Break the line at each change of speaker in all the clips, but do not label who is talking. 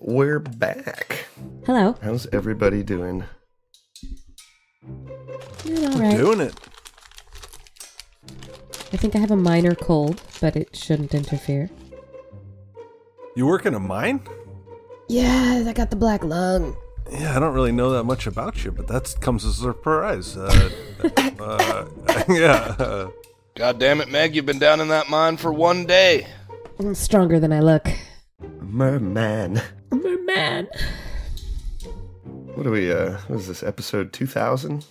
we're back.
Hello.
How's everybody doing?
Doing all right.
Doing it.
I think I have a minor cold, but it shouldn't interfere.
You work in a mine?
Yeah, I got the black lung.
Yeah, I don't really know that much about you, but that comes as a surprise. Uh, uh, yeah. uh,
God damn it, Meg, you've been down in that mine for one day.
I'm stronger than I look.
Merman.
Merman.
What are we, uh, what is this, episode 2000?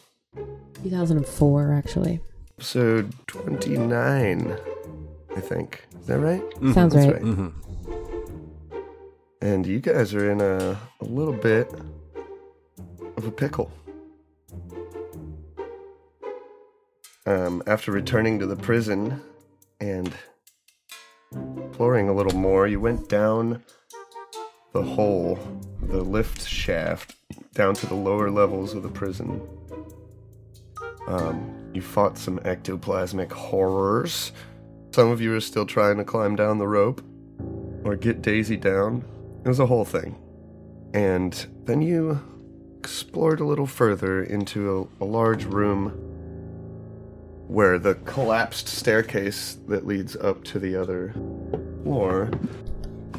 2004, actually.
Episode 29, I think. Is that right?
Sounds
That's
right.
right. And you guys are in a, a little bit of a pickle. Um, after returning to the prison and exploring a little more, you went down the hole, the lift shaft, down to the lower levels of the prison. Um, you fought some ectoplasmic horrors. Some of you are still trying to climb down the rope or get Daisy down. It was a whole thing. And then you explored a little further into a, a large room where the collapsed staircase that leads up to the other floor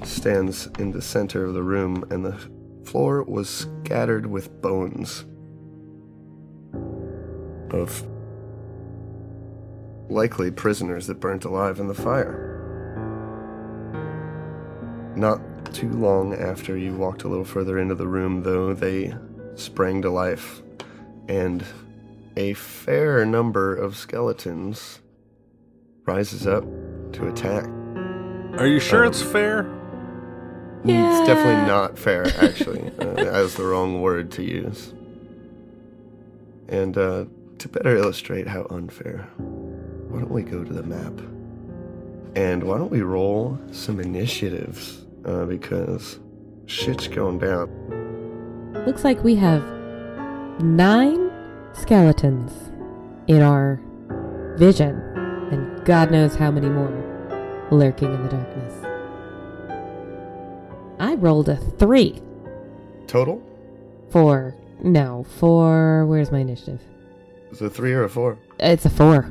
stands in the center of the room, and the floor was scattered with bones of likely prisoners that burnt alive in the fire not too long after you walked a little further into the room, though, they sprang to life, and a fair number of skeletons rises up to attack.
Are you sure it's fair?
It's definitely not fair, actually. uh, that was the wrong word to use. And uh, to better illustrate how unfair, why don't we go to the map? And why don't we roll some initiatives? Uh, because shit's going down.
Looks like we have nine skeletons in our vision, and God knows how many more lurking in the darkness. I rolled a three
Total?
for no four. Where's my initiative?
Is it a three or a four?
It's a four.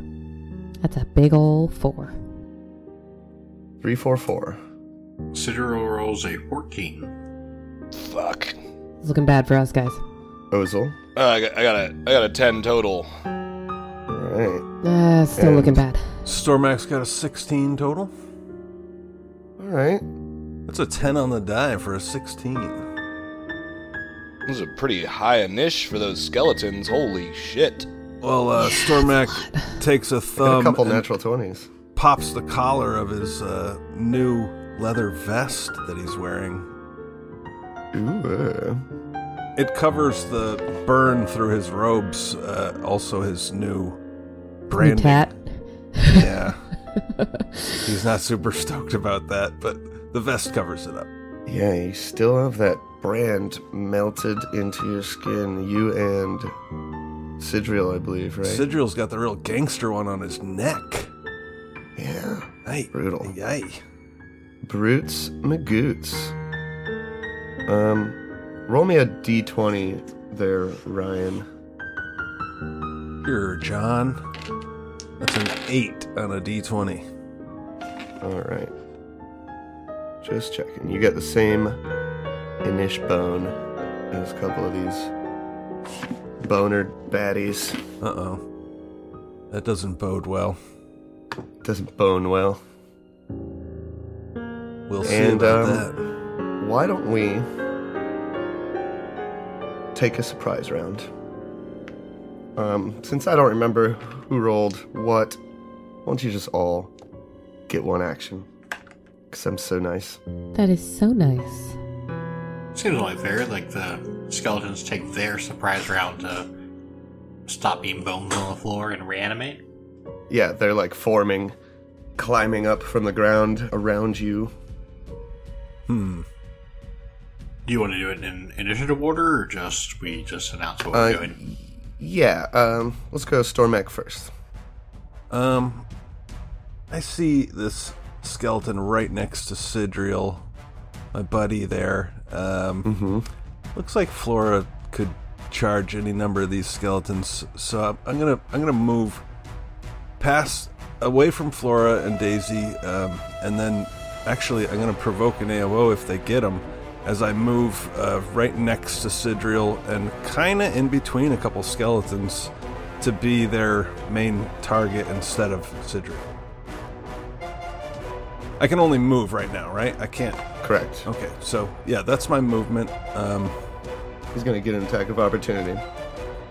That's a big ol' four.
Three, four, four.
Sidero rolls a 14.
Fuck.
It's looking bad for us guys.
Ozel.
Uh, I, got, I got a I got a ten total.
All right.
Uh, still
And-
looking bad.
Stormax got a 16 total.
All right.
That's a 10 on the die for a 16.
This is a pretty high niche for those skeletons. Holy shit.
Well, uh, Stormac takes a
Got
thumb
a couple
Um, and
natural 20s.
pops the collar of his uh, new leather vest that he's wearing
Ooh. uh.
It covers the burn through his robes, uh, also his new
New
brand.
tat.
Yeah. He's not super stoked about that, but the vest covers it up.
uh, Yeah, you still have that brand melted into your skin. You and Sidriel, I believe, right?
Sidril's got the real gangster one on his neck.
yeah.
Hey,
Brutal.
Yay.
Brutes Magoots. Um, roll me a d20 there, Ryan.
Here, John. That's an 8 on a d20.
All right. Just checking. You got the same inish bone as a couple of these boner baddies.
Uh oh. That doesn't bode well.
Doesn't bone well.
We'll see
And,
about
um,
that.
Why don't we take a surprise round? Um, since I don't remember who rolled what, why don't you just all get one action? Because I'm so nice.
That is so nice.
Seems only fair, like the skeletons take their surprise round to stop being bones on the floor and reanimate.
Yeah, they're like forming, climbing up from the ground around you.
Hmm.
Do you want to do it in initiative order, or just we just announce what
Uh,
we're doing?
Yeah, um, let's go Stormek first.
Um, I see this skeleton right next to Sidriel, my buddy there. Um,
Mm-hmm.
Looks like Flora could charge any number of these skeletons, so I'm- I'm gonna I'm gonna move past away from Flora and Daisy, um, and then actually I'm gonna provoke an AOO if they get them. As I move uh, right next to Sidriel and kind of in between a couple skeletons to be their main target instead of Sidriel. I can only move right now, right? I can't.
Correct.
Okay, so yeah, that's my movement. Um,
He's going to get an attack of opportunity.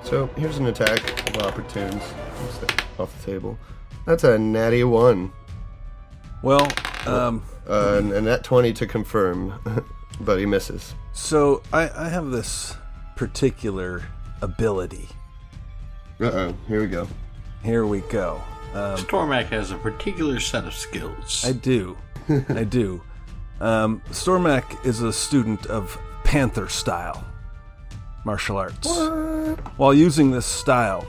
So here's an attack of opportunities. What's that? Off the table. That's a natty one.
Well, um,
Uh, and, and that 20 to confirm, but he misses.
so I, I have this particular ability.
Uh oh, here we go.
Here we go. Um,
Stormac has a particular set of skills.
I do. I do. Um, Stormac is a student of Panther style martial arts. While using this style,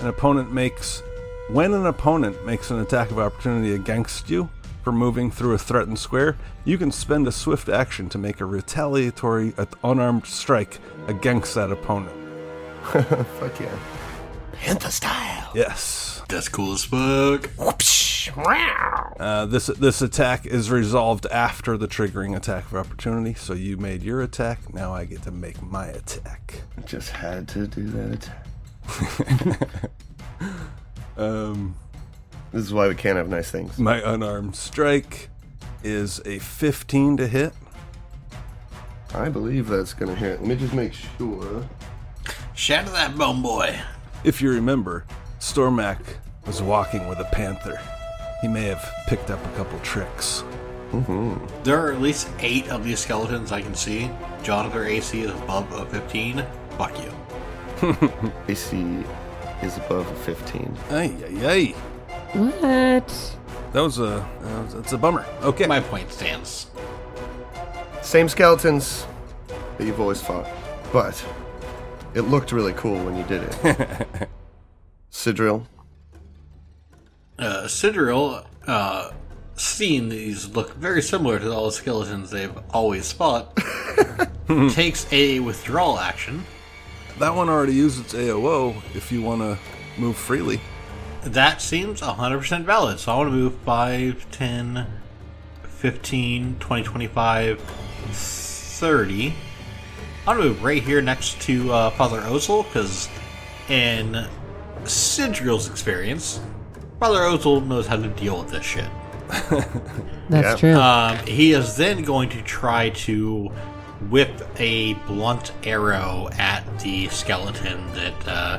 an opponent makes. When an opponent makes an attack of opportunity against you for moving through a threatened square, you can spend a swift action to make a retaliatory uh, unarmed strike against that opponent.
Fuck yeah.
Yes.
That's cool as fuck.
Uh, this this attack is resolved after the triggering attack of opportunity. So you made your attack. Now I get to make my attack.
Just had to do that attack.
Um,
This is why we can't have nice things.
my unarmed strike is a 15 to hit.
I believe that's going to hit. Let me just make sure.
Shatter that bone boy.
If you remember, Stormac was walking with a panther. He may have picked up a couple tricks.
There are at least eight of these skeletons I can see. Jonathan AC is above a 15. Fuck you.
AC is above a 15.
Ay ay
What?
ay! That was a uh, that's a bummer. Okay.
My point stands.
Same skeletons that you've always fought, but it looked really cool when you did it. Sidril,
Uh, Sidriel, uh, seeing these look very similar to all the skeletons they've always fought, takes a withdrawal action.
that one already used its AOO. If you want to move freely.
That seems 100% valid, so I want to move 5, 10, 15, 20, 25, 30. I'm going to move right here next to uh, Father Ozel, because in Sidriel's experience, Father Ozel knows how to deal with this shit.
That's
Yeah.
true.
Um, he is then going to try to whip a blunt arrow at the skeleton that uh,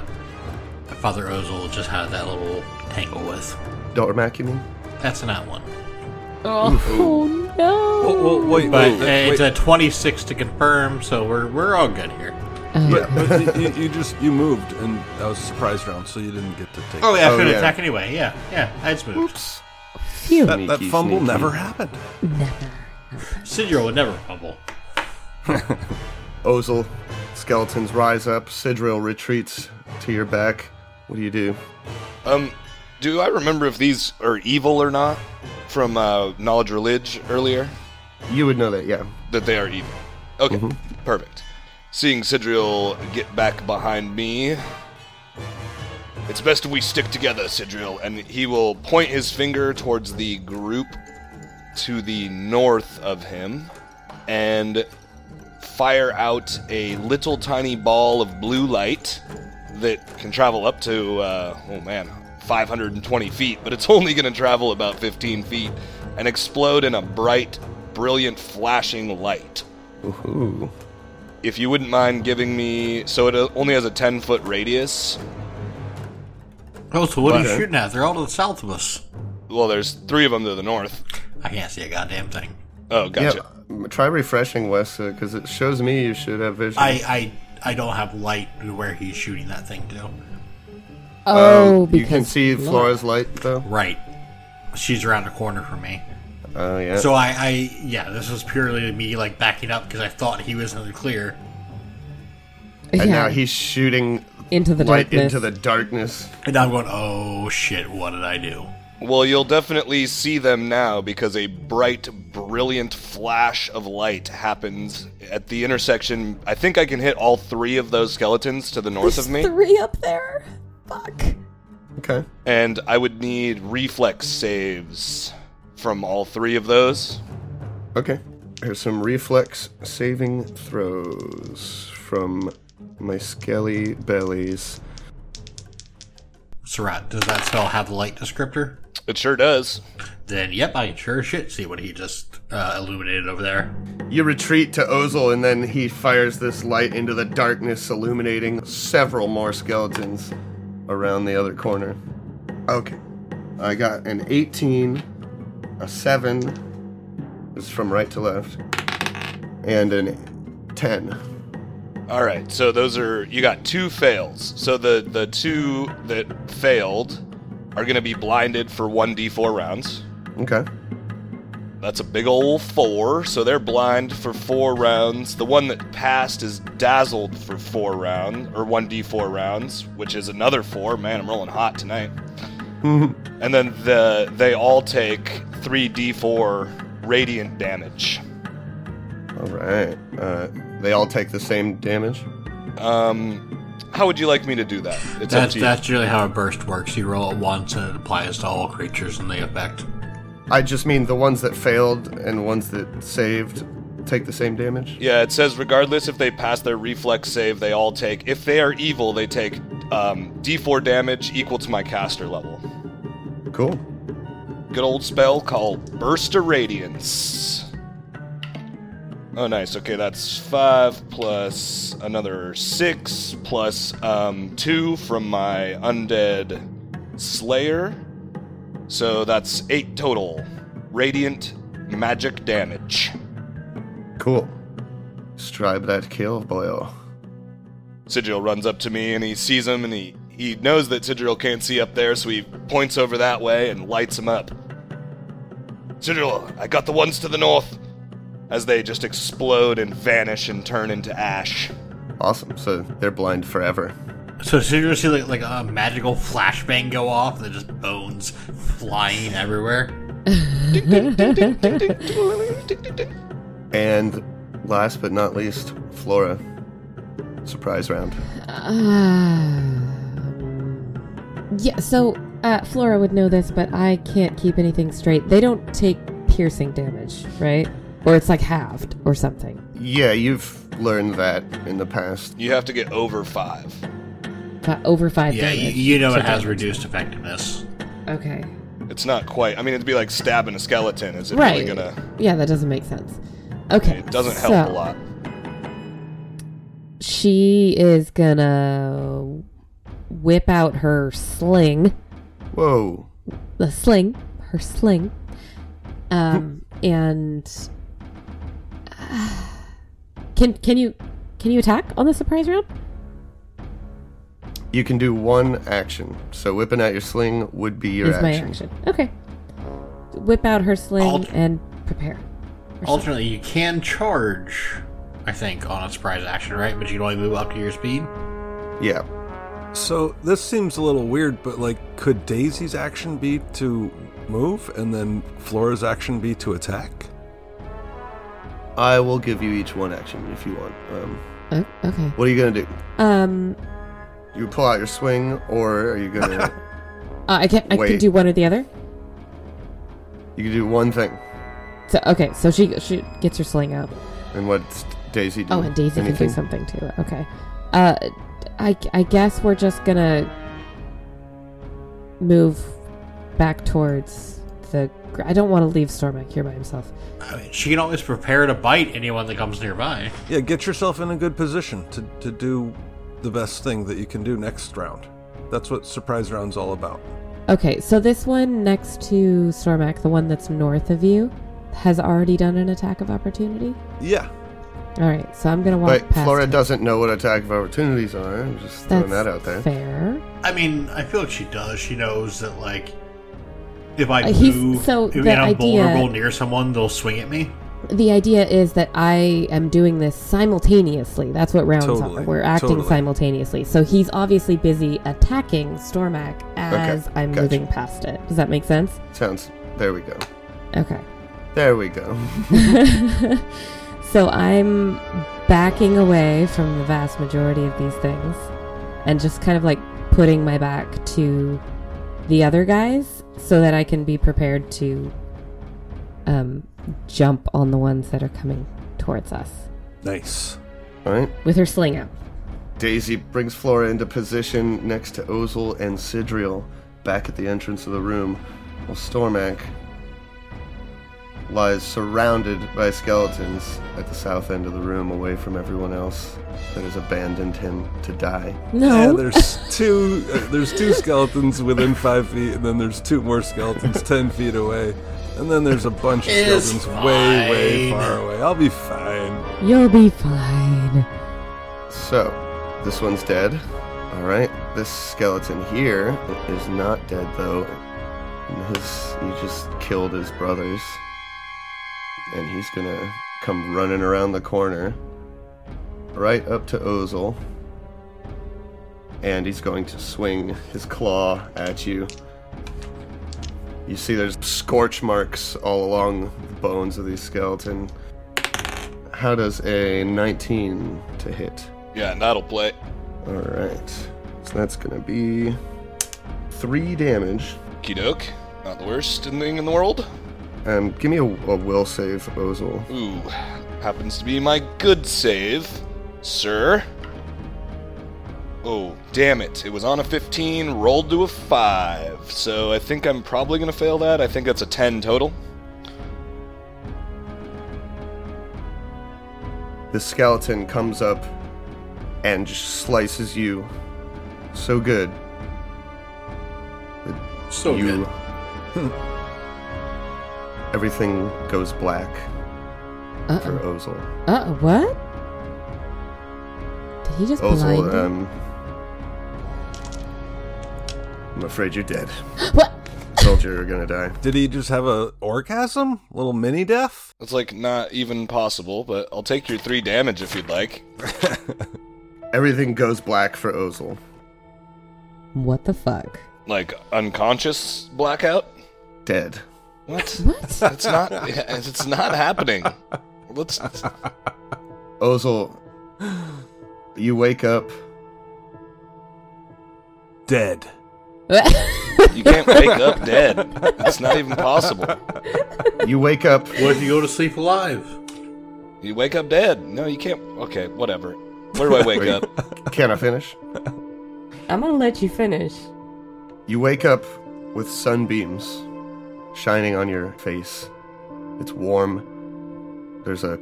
Father Ozel just had that little tangle with.
Dormac, you mean?
That's not one.
oh no.
Well, wait,
But
wait,
uh, it's a 26 to confirm, so we're, we're all good here.
Oh,
Yeah.
but you, you, you just you moved, and that was a surprise round, so you didn't get to take.
Oh, yeah, I
Oh,
could
yeah.
attack anyway. Yeah, yeah, I just moved.
Oops.
Phew.
that, that
Sneaky,
fumble
sneaky.
never happened.
Sidro would never fumble.
Ozel, skeletons rise up. Sidril retreats to your back. What do you do?
Um, do I remember if these are evil or not from uh, knowledge religion earlier?
You would know that, yeah.
That they are evil. Okay, perfect. Seeing Sidriel get back behind me, it's best we stick together, Sidriel. And he will point his finger towards the group to the north of him and fire out a little tiny ball of blue light that can travel up to, uh, oh man, 520 feet, but it's only going to travel about 15 feet and explode in a bright, brilliant, flashing light.
Ooh.
If you wouldn't mind giving me. So it only has a 10 foot radius.
Oh, so what are you
Okay.
shooting at? They're all to the south of us.
Well, there's three of them to the north.
I can't see a goddamn thing.
Oh, gotcha.
Yeah, try refreshing, Wes, because it shows me you should have vision.
I, I, I don't have light to where he's shooting that thing to.
oh, because
Um, you can see
look.
Flora's light, though.
Right. She's around the corner from me.
Oh, yeah.
So I, I yeah, this was purely me like backing up because I thought he was in the clear.
and
Yeah.
now he's shooting
into the
light
darkness.
into the darkness.
And I'm going, oh shit, what did I do?
Well, you'll definitely see them now because a bright, brilliant flash of light happens at the intersection. I think I can hit all three of those skeletons to the north
There's
of me,
Three up there. Fuck.
Okay.
and I would need reflex saves from all three of those.
Okay. Here's some reflex saving throws from my skelly bellies.
Surat, does that spell have the light descriptor?
It sure does.
Then, yep, I can sure as shit see what he just uh, illuminated over there.
You retreat to Ozel, and then he fires this light into the darkness, illuminating several more skeletons around the other corner. Okay. I got an 18, a 7, it's from right to left, and an 10.
All right, so those are you got two fails. So the the two that failed are going to be blinded for 1d4 rounds.
Okay.
That's a big ol' four, so they're blind for four rounds. The one that passed is dazzled for four round or one d four rounds, which is another four. Man, I'm rolling hot tonight. and then the they all take three d four radiant damage.
All right. Uh, they all take the same damage.
Um, how would you like me to do that? It's up
That's
to you.
that's really how a burst works. You roll it once and it applies to all creatures in the effect.
I just mean the ones that failed and ones that saved take the same damage.
Yeah, it says regardless if they pass their reflex save, they all take. If they are evil, they take um, d4 damage equal to my caster level.
Cool.
good old spell called Burst of Radiance. Oh, nice. Okay, that's five plus another six plus um, two from my undead Slayer. So that's eight total. Radiant magic damage.
Cool. Strive that kill, boyo.
Sigil runs up to me and he sees him and he, he knows that Sigil can't see up there, so he points over that way and lights him up. Sigil, I got the ones to the north! As they just explode and vanish and turn into ash.
Awesome. So they're blind forever.
So as soon as you see like, like a magical flashbang go off, and there's just bones flying everywhere.
And last but not least, Flora. Surprise round.
Um, Uh, yeah, so uh, Flora would know this, but I can't keep anything straight. They don't take piercing damage, right? Or it's like halved or something.
Yeah, you've learned that in the past.
You have to get over five.
Fi over five
Yeah, you,
damage.
you know
to
it has
damage.
reduced effectiveness.
Okay.
It's not quite. I mean, it'd be like stabbing a skeleton. Is it
right.
really gonna.
Yeah, that doesn't make sense. Okay.
It doesn't help
so
a lot.
She is gonna whip out her sling.
Whoa.
the sling, her sling, um, and can can you can you attack on the surprise round?
You can do one action. So whipping out your sling would be your
Is my
action.
action okay? Whip out her sling
Alt-
and prepare.
Alternately, you can charge, I think, on a surprise action, right? But you can only move up to your speed.
Yeah.
So this seems a little weird, but like, could Daisy's action be to move, and then Flora's action be to attack?
I will give you each one action if you want. Um,
Oh, okay.
what are you going to do?
Um,
You pull out your swing, or are you going to.
uh, I can I can
Wait.
do one or the other.
You can do one thing.
So okay, so she she gets her sling out.
And what's Daisy do?
Oh, and Daisy can
Anything?
do something too. Okay. Uh, I, I guess we're just gonna move back towards the. gr- I don't want to leave Stormak here by himself.
I mean, she can always prepare to bite anyone that comes nearby.
Yeah, get yourself in a good position to, to do the best thing that you can do next round. That's what surprise round's all about.
Okay, so this one next to Stormak, the one that's north of you, has already done an attack of opportunity.
Yeah,
All right, so I'm gonna walk
But
past.
Flora
her.
doesn't know what attack of opportunities are. I'm just
That's
throwing that out there.
fair.
I mean, I feel like she does. She knows that like if I
Uh, he's-
move,
so
if
the
I'm
idea-
vulnerable near someone, they'll swing at me.
the idea is that I am doing this simultaneously. That's what rounds
Totally,
are. We're acting
totally.
simultaneously. So he's obviously busy attacking Stormak as I'm
gotcha.
moving past it. Does that make sense?
Sounds. There we go.
Okay.
There we go.
so I'm backing away from the vast majority of these things and just kind of like putting my back to the other guys so that I can be prepared to um, jump on the ones that are coming towards us
Nice.
All right.
with her sling out.
Daisy brings Flora into position next to Ozel and Sidriel, back at the entrance of the room, while Stormak lies surrounded by skeletons at the south end of the room, away from everyone else that has abandoned him to die.
Yeah,
No.
there's two. Uh, there's two skeletons within five feet, and then there's two more skeletons ten feet away, and then there's a bunch of
It's
skeletons way, way
fine.
far away. I'll be fine.
You'll be fine.
So, this one's dead. All right. This skeleton here is not dead, though. And His, he just killed his brothers. And he's going to come running around the corner, right up to Ozel. And he's going to swing his claw at you. You see, there's scorch marks all along the bones of these skeleton. How does a 19 to hit?
Yeah, and that'll play.
All right. So that's going to be three damage.
Kidoke, not the worst thing in the world.
Um, give me a, a will save, Ozel.
Ooh, happens to be my good save, sir. Oh, damn it. It was on a 15, rolled to a 5. So I think I'm probably going to fail that. I think that's a 10 total.
The skeleton comes up and just slices you so good.
So
you.
good.
Everything goes black for
Uh
Ozel.
oh. Uh What? Did he just blind?
Ozel,
you?
um. I'm afraid you're dead.
what?
Told you you were gonna die.
Did he just have a orgasm? Little mini death?
That's like not even possible, but I'll take your 3 damage if you'd like.
Everything goes black for Ozel.
What the fuck?
Like unconscious blackout?
Dead.
What?
What?
It's not it's not happening. Let's
Ozel, you wake up.
Dead.
you can't wake up dead. It's not even possible.
You wake up
What if you go to sleep alive?
You wake up dead. No, you can't. Okay, whatever. Where do I wake
Wait.
up?
Can I finish?
I'm gonna let you finish.
You wake up with sunbeams shining on your face. It's warm. There's a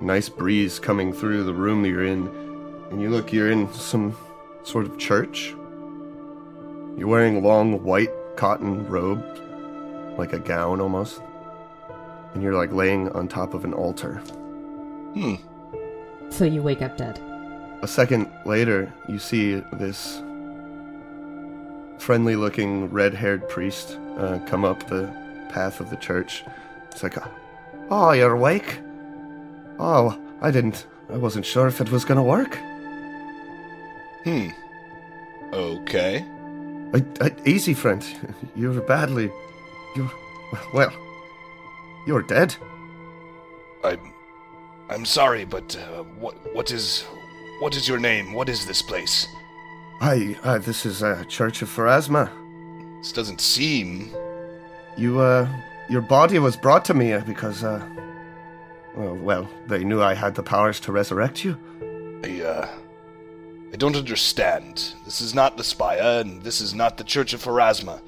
nice breeze coming through the room that you're in, and you look, you're in some sort of church. You're wearing a long white cotton robe, like a gown almost, and you're like laying on top of an altar.
Hmm.
So you wake up dead.
A second later, you see this friendly looking red haired priest uh, come up the path of the church. It's like, Oh, you're awake? Oh, I didn't. I wasn't sure if it was gonna work.
Hmm. Okay.
I, I, easy, friend. You're badly. You're. Well. You're dead.
I'm. I'm sorry, but uh, what what is what is your name? What is this place?
I. Uh, this is uh, Church of Pharasma.
This doesn't seem.
You, uh, your body was brought to me because, uh, well, well, they knew I had the powers to resurrect you.
I uh. I don't understand. This is not the Spire, and this is not the Church of Pharasma.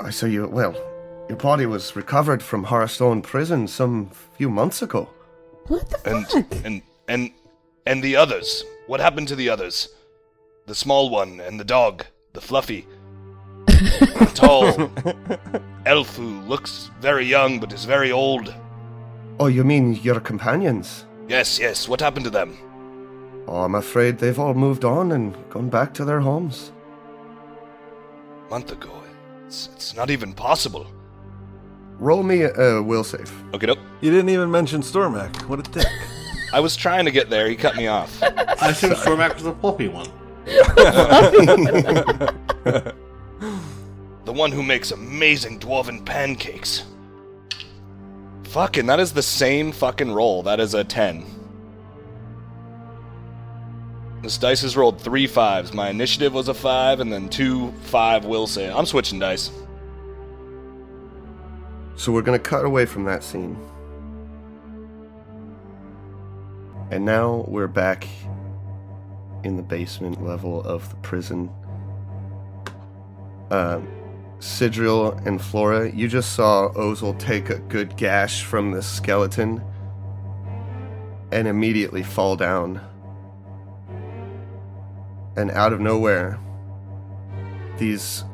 I say you, well, your body was recovered from Harrowstone Prison some few months ago.
What the
And
fuck?
and and and the others. What happened to the others? The small one and the dog, the fluffy, the tall elf who looks very young but is very old.
Oh, you mean your companions?
Yes, yes. What happened to them?
Oh, I'm afraid they've all moved on and gone back to their homes.
month ago. It's, it's not even possible.
Roll me uh, a, a will save.
Okay, nope.
You didn't even mention Stormac. What a dick.
I was trying to get there. He cut me off.
I assume Stormac was the pulpy one.
the one who makes amazing dwarven pancakes. Fucking, that is the same fucking roll. That is a 10. This dice has rolled three fives. My initiative was a five, and then two five will say. I'm switching dice.
So we're going to cut away from that scene. And now we're back in the basement level of the prison. Um, Sidriel and Flora, you just saw Ozel take a good gash from the skeleton and immediately fall down. And out of nowhere, these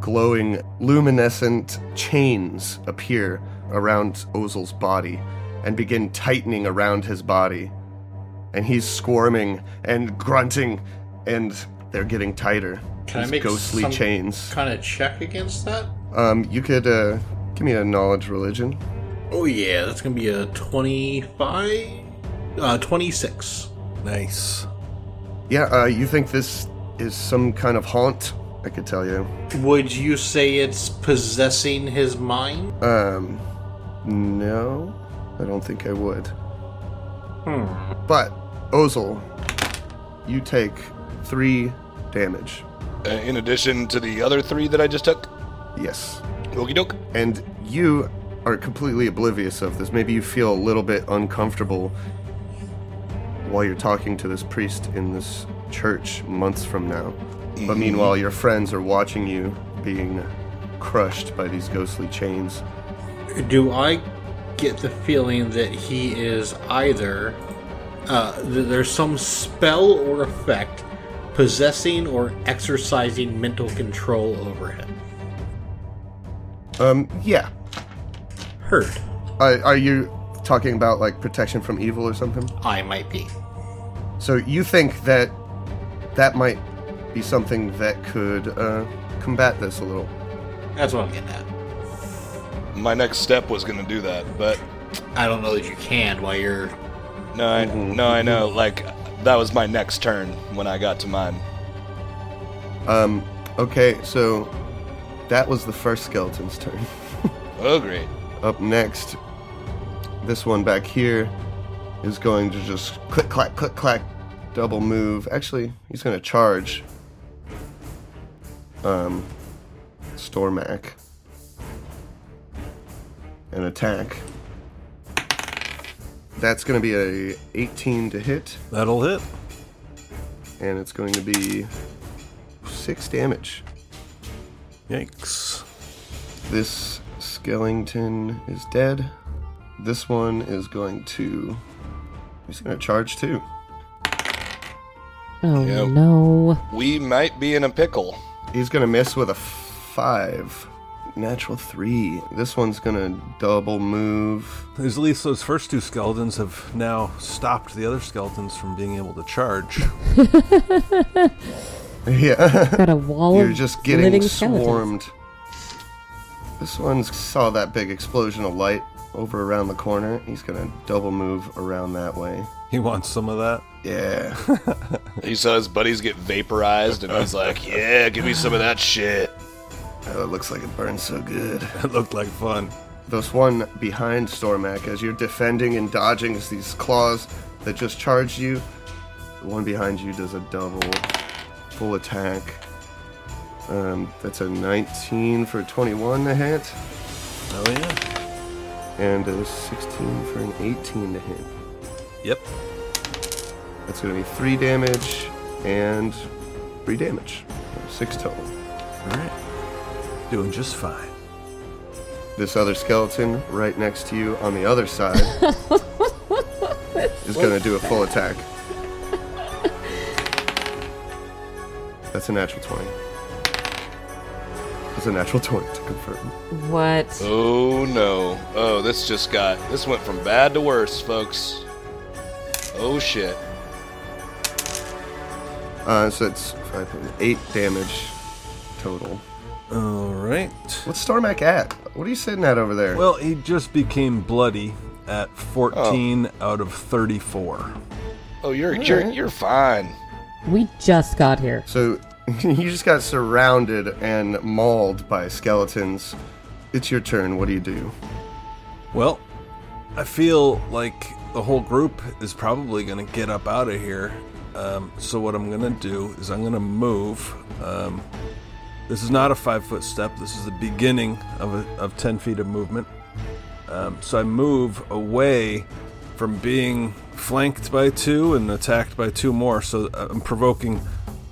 glowing, luminescent chains appear around Ozel's body and begin tightening around his body. And he's squirming and grunting, and they're getting tighter.
Can
these
I make
ghostly
some
chains?
kind of check against that?
Um, you could uh, give me a knowledge religion.
Oh yeah, that's gonna be a twenty-five, uh, twenty-six.
nice.
Yeah, uh, you think this is some kind of haunt? I could tell you.
Would you say it's possessing his mind?
Um, no, I don't think I would. But Ozel, you take three damage.
Uh, in addition to the other three that I just took.
Yes,
Okie doke.
and you are completely oblivious of this. Maybe you feel a little bit uncomfortable while you're talking to this priest in this church months from now. But meanwhile, your friends are watching you being crushed by these ghostly chains.
Do I get the feeling that he is either uh, th- there's some spell or effect possessing or exercising mental control over him?
Um, yeah.
Hurt,
Are, are you talking about like protection from evil or something?
I might be.
So you think that that might be something that could uh, combat this a little?
That's what I'm getting at.
My next step was gonna do that, but
I don't know that you can while you're.
no, I, no, I know. uh, Like that was my next turn when I got to mine.
Um, okay, so that was the first skeleton's turn.
Oh great.
Up next, this one back here is going to just click, clack, click, clack, double move. Actually, he's going to charge. Um, Stormac. And attack. That's going to be a 18 to hit,
That'll hit.
and it's going to be six damage.
Yikes.
This skeleton is dead. This one is going to. He's going to charge too. uh,
Oh
Yep.
no.
We might be in a pickle.
He's going to miss with a five. Natural three. This one's going to double move.
At least those first two skeletons have now stopped the other skeletons from being able to charge.
Yeah.
Got a wall
You're
of
just getting
living skeletons.
swarmed. This one saw that big explosion of light over around the corner. He's going to double move around that way.
he wants some of that.
Yeah.
He saw his buddies get vaporized, and he's like, "Yeah, give me some of that shit."
oh, it looks like it burns so good.
That looked like fun.
This one behind Stormac as you're defending and dodging is these claws that just charge you. The one behind you does a double full attack. Um, that's a 19 for 21 to hit,
Oh yeah.
and a 16 for an 18 to hit.
Yep.
That's going to be 3 damage and 3 damage. 6 total.
All right. Doing just fine.
This other skeleton right next to you on the other side is going to do a full attack. That's a natural 20. That's a natural 20 to confirm.
What?
Oh no! Oh, this just got this went from bad to worse, folks. Oh shit!
Uh, so it's five, 8 damage total.
All right.
What's Starmac at? What are you sitting at over there?
Well, he just became bloody at 14 out of 34.
Oh, you're you're you're fine.
We just got here.
So you just got surrounded and mauled by skeletons. It's your turn. What do you do?
Well, I feel like the whole group is probably going to get up out of here. Um, so what I'm going to do is I'm going to move. Um, this is not a five foot step. This is the beginning of a, of ten feet of movement. Um, so I move away from being flanked by two and attacked by two more. So I'm provoking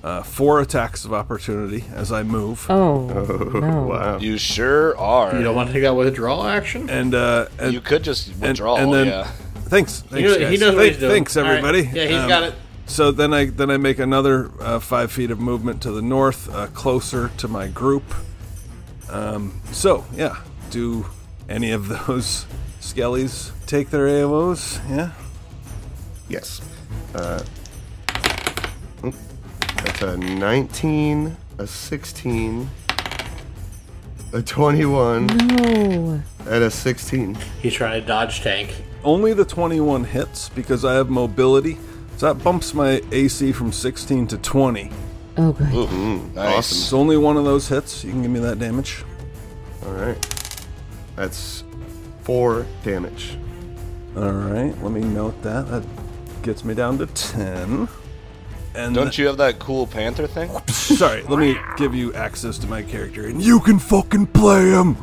uh, four attacks of opportunity as I move.
Oh,
Oh,
no.
wow.
You sure are.
You
You,
don't want to take that withdrawal action?
And uh, and
could just
and,
withdraw.
and then
yeah.
thanks, thanks
He knows- he
guys.
knows what
Thank-
he's doing.
thanks
All right.
everybody
Yeah, he's
Um,
got it.
so then i then i make another uh, five feet of movement to the north uh, closer to my group um, so yeah do any of those skellies take their AOs? yeah
Yes. Uh, oop. that's a 19, a 16, a 21,
No.
and a 16.
He's trying to dodge tank.
only the 21 hits because i have mobility so that bumps my ac from 16 to 20
Oh, good.
Nice.
Awesome.
it's only one of those hits you can give me that damage
All right. That's four damage.
all right let me note that that gets me down to 10 and
Don't you have that cool panther thing?
Sorry, let me give you access to my character, and you can fucking play him.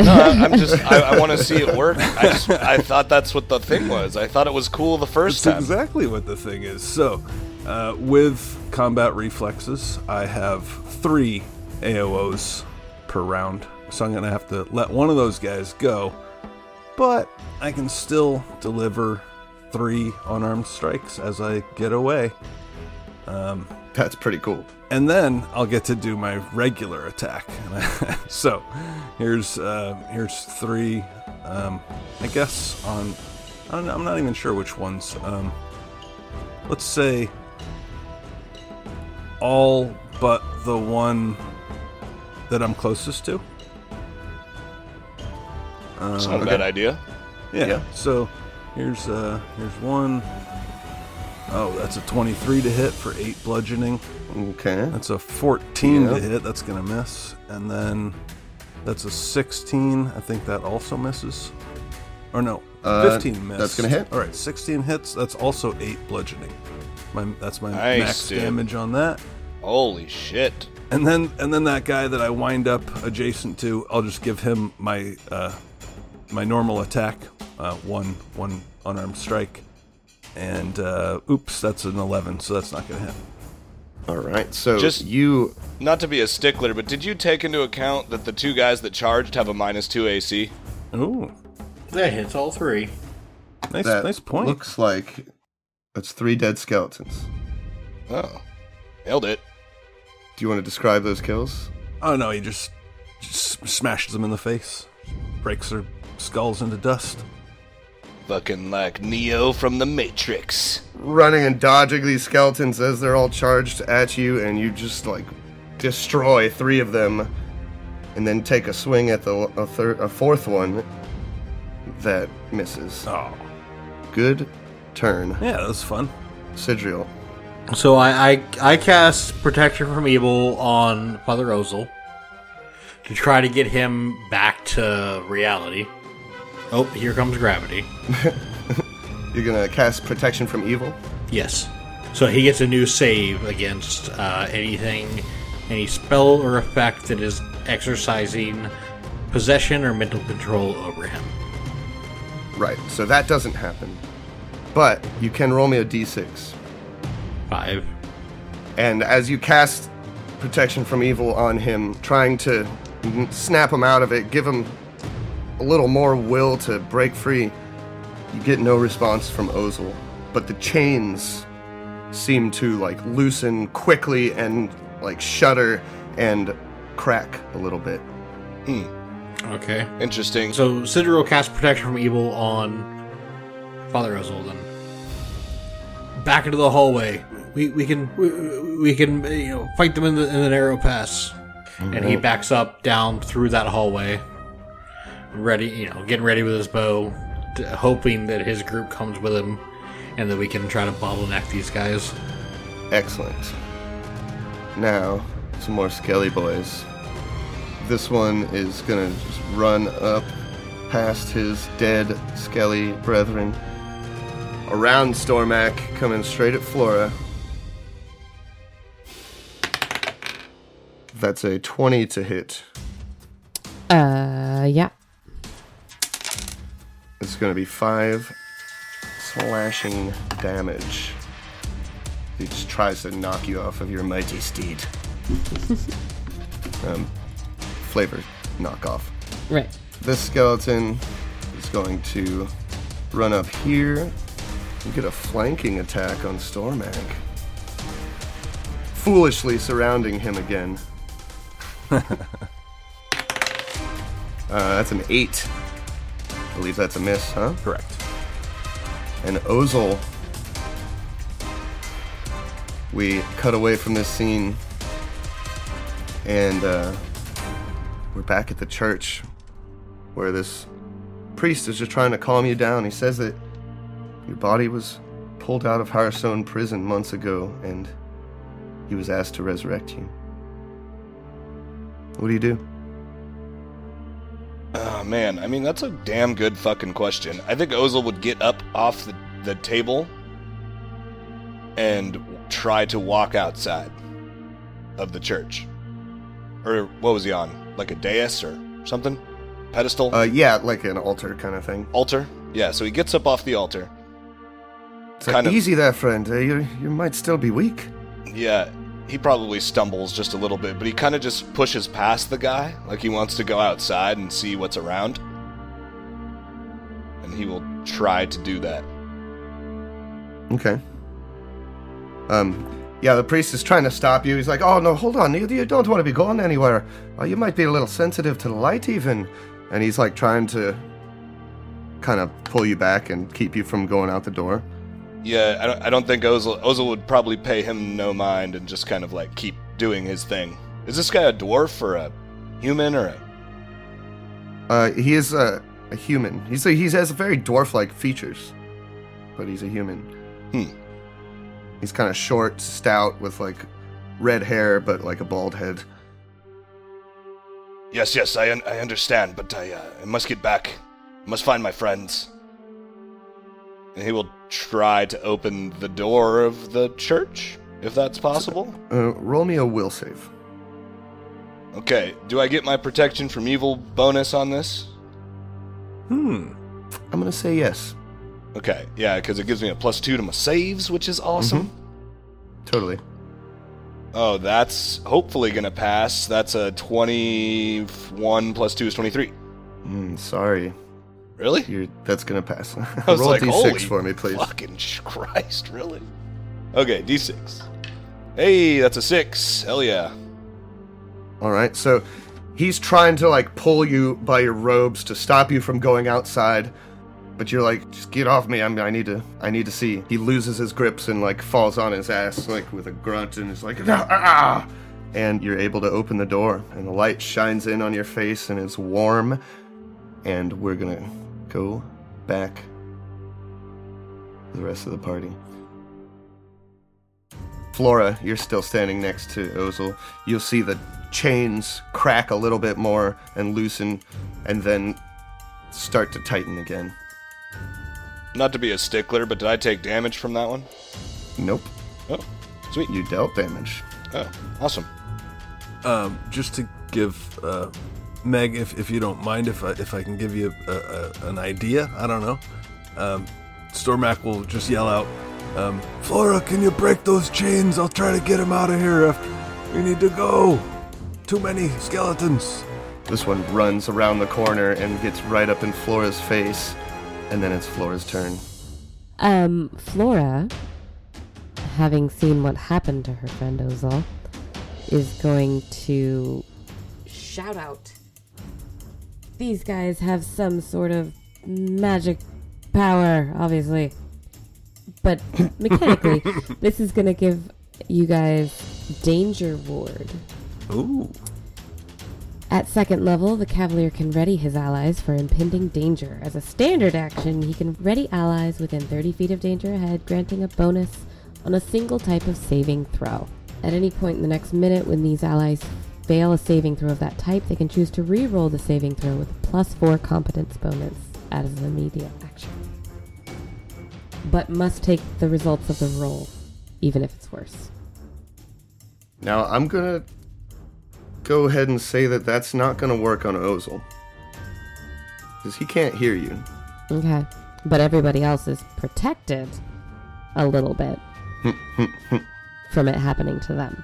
No, I, I'm just. I, I want to see it work. I just. I thought that's what the thing was. I thought it was cool the first
That's
time.
exactly what the thing is. So, uh, with combat reflexes, I have three AOs per round, so I'm gonna have to let one of those guys go. But I can still deliver three unarmed strikes as I get away,
That's pretty cool.
and then I'll get to do my regular attack. so, here's uh, here's three. Um, I guess on I don't know, I'm not even sure which ones. Um, let's say all but the one that I'm closest to.
It's not a bad idea.
Yeah.
Yeah.
So here's uh here's one. Oh, that's a 23 to hit for eight bludgeoning.
Okay.
That's a 14
Yeah.
to hit. That's going to miss. And then that's a 16. I think that also misses. Or no,
Uh,
15 missed.
that's gonna hit.
All right, 16 hits. That's also 8 bludgeoning. My, that's my
Nice,
max
dude.
damage on that.
Holy shit!
And then and then that guy that I wind up adjacent to, I'll just give him my uh, my normal attack, uh, one one unarmed strike, and uh, oops, that's an eleven, so that's not gonna hit.
All right. So
Just-
you
Not to be a stickler, but did you take into account that the two guys that charged have a minus two AC?
Ooh,
That hits all three.
nice
that
nice point.
looks like that's three dead skeletons.
Oh, nailed it.
Do you want to describe those kills?
Oh no, he just, just smashes them in the face, breaks their skulls into dust.
Fucking like Neo from the Matrix.
running and dodging these skeletons as they're all charged at you, and you just like destroy three of them, and then take a swing at the a, thir- a fourth one that misses.
Oh,
Good turn,
yeah, that was fun.
Sidriel.
So I, I I cast protection from evil on Father Ozel to try to get him back to reality. Oh, here comes gravity.
You're gonna cast protection from evil.
Yes. So he gets a new save against uh, anything, any spell or effect that is exercising possession or mental control over him.
Right. So that doesn't happen, but you can roll me a d6.
Five.
And as you cast protection from evil on him, trying to n- snap him out of it, give him a little more will to break free, you get no response from Ozel. But the chains seem to like loosen quickly and like shudder and crack a little bit.
Okay.
Interesting.
So Sidro casts protection from evil on Father Ozel. Then back into the hallway. We we can we, we can you know fight them in the in the narrow pass. And he backs up down through that hallway ready, you know, getting ready with his bow, t- hoping that his group comes with him, and that we can try to bottleneck these guys.
Excellent. Now, some more skelly boys. This one is gonna just run up past his dead skelly brethren. Around Stormac, coming straight at Flora. That's a 20 to hit.
Uh, yeah.
It's gonna be five slashing damage. He just tries to knock you off of your mighty steed. um, flavor knockoff.
Right.
This skeleton is going to run up here and get a flanking attack on Stormag. Foolishly surrounding him again. uh, that's an 8. I believe that's a miss, huh?
Correct.
and Ozel. We cut away from this scene, and uh, we're back at the church where this priest is just trying to calm you down. He says that your body was pulled out of Harstone prison months ago, and he was asked to resurrect you. What do you do?
Oh man, I mean that's a damn good fucking question. I think Ozel would get up off the, the table and try to walk outside of the church. Or what was he on? Like a dais or something? Pedestal?
Uh, yeah, like an altar kind of thing.
altar? Yeah, so he gets up off the altar.
It's like,
Kind of-
easy there, friend. Uh, you you might still be weak.
Yeah, he probably stumbles just a little bit, but he kind of just pushes past the guy, like he wants to go outside and see what's around. And he will try to do that.
Okay. Um, yeah, the priest is trying to stop you. He's like, "Oh no, hold on! You, you don't want to be going anywhere. Uh, you might be a little sensitive to the light, even." And he's like trying to kind of pull you back and keep you from going out the door.
Yeah, I don't, I don't think Ozel, Ozel would probably pay him no mind and just kind of like keep doing his thing. Is this guy a dwarf or a human or a.
Uh, he is a, a human. He's a, he has very dwarf-like features, but he's a human.
Hmm.
He's kind of short, stout, with like red hair, but like a bald head.
Yes, yes, I, un- I understand, but I, uh, I must get back. I must find my friends. And he will try to open the door of the church, if that's possible.
Uh, roll me a will save.
Okay, do I get my protection from evil bonus on this?
Hmm.
I'm gonna say yes.
Okay, yeah, because it gives me a plus two to my saves, which is awesome.
Totally.
Oh, that's hopefully going to pass. That's a 21 plus 2 is 23.
Mm, sorry.
Really?
You're, that's gonna pass.
I was
Roll
like,
d
holy
d6 for me, please.
Fucking sh- Christ, really? Okay, d6. Hey, that's a 6. Hell yeah.
All right, so he's trying to like pull you by your robes to stop you from going outside, but you're like, just get off me. I'm, I need to. I need to see. He loses his grips and like falls on his ass like with a grunt and is like, ah, ah, ah," and you're able to open the door and the light shines in on your face and it's warm, and we're gonna go back. to The rest of the party. Flora, you're still standing next to Ozel. You'll see the chains crack a little bit more and loosen and then start to tighten again.
Not to be a stickler, but did I take damage from that one?
Nope,
Oh, sweet.
you dealt damage.
Oh, awesome.
Um, just to give uh, Meg, if, if you don't mind, if I, if I can give you a, a, an idea, I don't know. Um, Stormac will just yell out, um, "Flora, can you break those chains? I'll try to get him out of here. If we need to go. Too many skeletons."
This one runs around the corner and gets right up in Flora's face, and then it's Flora's turn.
Um, Flora, having seen what happened to her friend Ozal, is going to shout out. These guys have some sort of magic power, obviously. But mechanically, this is going to give you guys Danger Ward.
Ooh.
At second level, the Cavalier can ready his allies for impending danger. As a standard action, he can ready allies within 30 feet of danger ahead, granting a bonus on a single type of saving throw. At any point in the next minute, when these allies fail a saving throw of that type, they can choose to re roll the saving throw with a plus 4 competence bonus as an immediate action. But must take the results of the roll, even if it's worse.
Now I'm gonna go ahead and say that that's not gonna work on Ozel because he can't hear you.
Okay. But everybody else is protected a little bit from it happening to them.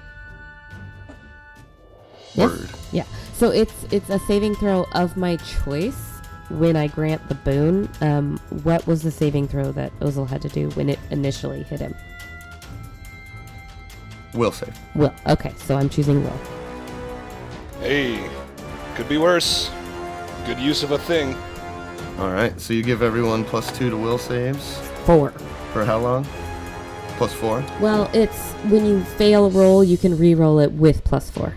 Yes?
Word.
Yeah. So it's it's a saving throw of my choice when I grant the boon. Um, what was the saving throw that Ozel had to do when it initially hit him?
Will save.
Will. Okay, so I'm choosing Will.
Hey, could be worse. Good use of a thing.
All right. So you give everyone plus two to will saves
Four.
for how long? Plus four
Well, it's when you fail a roll, you can re-roll it with plus four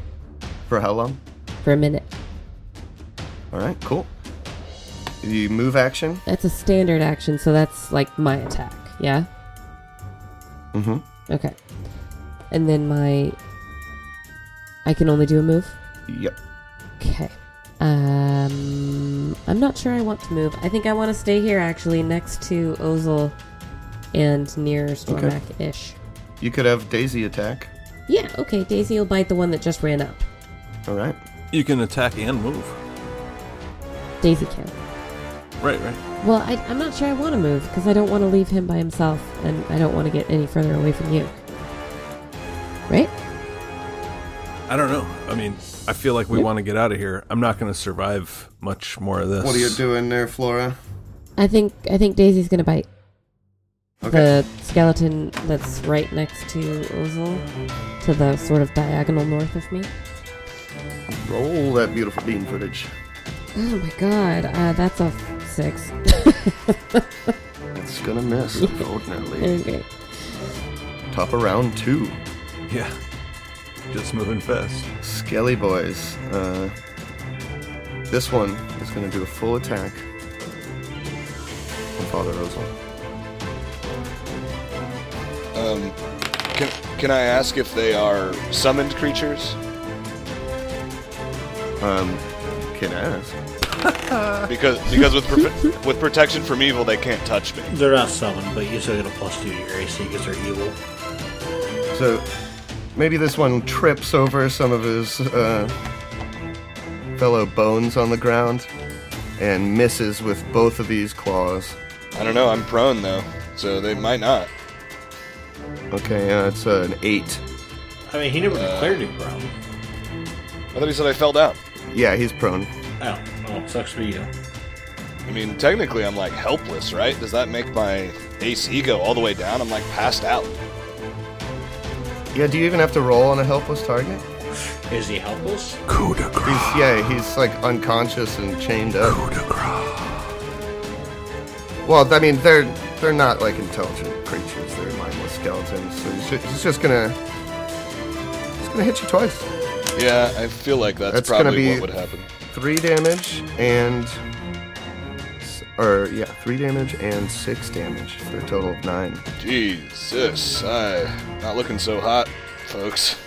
for how long?
for a minute.
All right. Cool. You move action.
That's a standard action, so that's like my attack, yeah?
Mhm.
Okay. And then my. I can only do a move?
Yep.
Okay. Um, I'm not sure I want to move. I think I want to stay here, actually, next to Ozel and near Stormac ish.
You could have Daisy attack.
Yeah, okay. Daisy will bite the one that just ran up.
All right.
You can attack and move.
Daisy can.
Right, right.
Well, I, I'm not sure I want to move because I don't want to leave him by himself, and I don't want to get any further away from you. Right?
I don't know. I mean, I feel like we want to get out of here. I'm not going to survive much more of this.
What are you doing there, Flora?
I think I think Daisy's gonna bite
Okay.
the skeleton that's right next to Ozel, to the sort of diagonal north of me.
Roll that beautiful bean footage.
Oh my god, uh, that's a six.
It's gonna miss, unfortunately.
okay.
Top of round two.
Yeah. Just moving fast.
Skelly boys. Uh, this one is gonna do a full attack on Father Rosal.
Um, can, can I ask if they are summoned creatures?
Um, can ask.
Because because with profe- with protection from evil, they can't touch me.
They're not summoned, but you still get a plus two to your AC because they're evil.
So maybe this one trips over some of his uh, fellow bones on the ground and misses with both of these claws.
I don't know. I'm prone though, so they might not.
Okay, uh, it's uh, an eight.
I mean, he never declared you prone.
I thought he said I fell down.
Yeah, he's prone.
Oh, well, sucks for you.
I mean, technically, I'm like helpless, right? Does that make my ace ego all the way down? I'm like passed out.
Yeah, do you even have to roll on a helpless target?
Is he helpless?
Coup de grace.
He's, yeah, he's like unconscious and chained up.
Coup de grace.
Well, I mean, they're they're not like intelligent creatures. They're mindless skeletons. So he's, ju- he's just gonna he's gonna hit you twice.
Yeah, I feel like that's,
That's gonna
probably
be-
what would happen.
Three damage and s- or yeah, three damage and six damage for a total of nine.
Jesus, I not looking so hot, folks.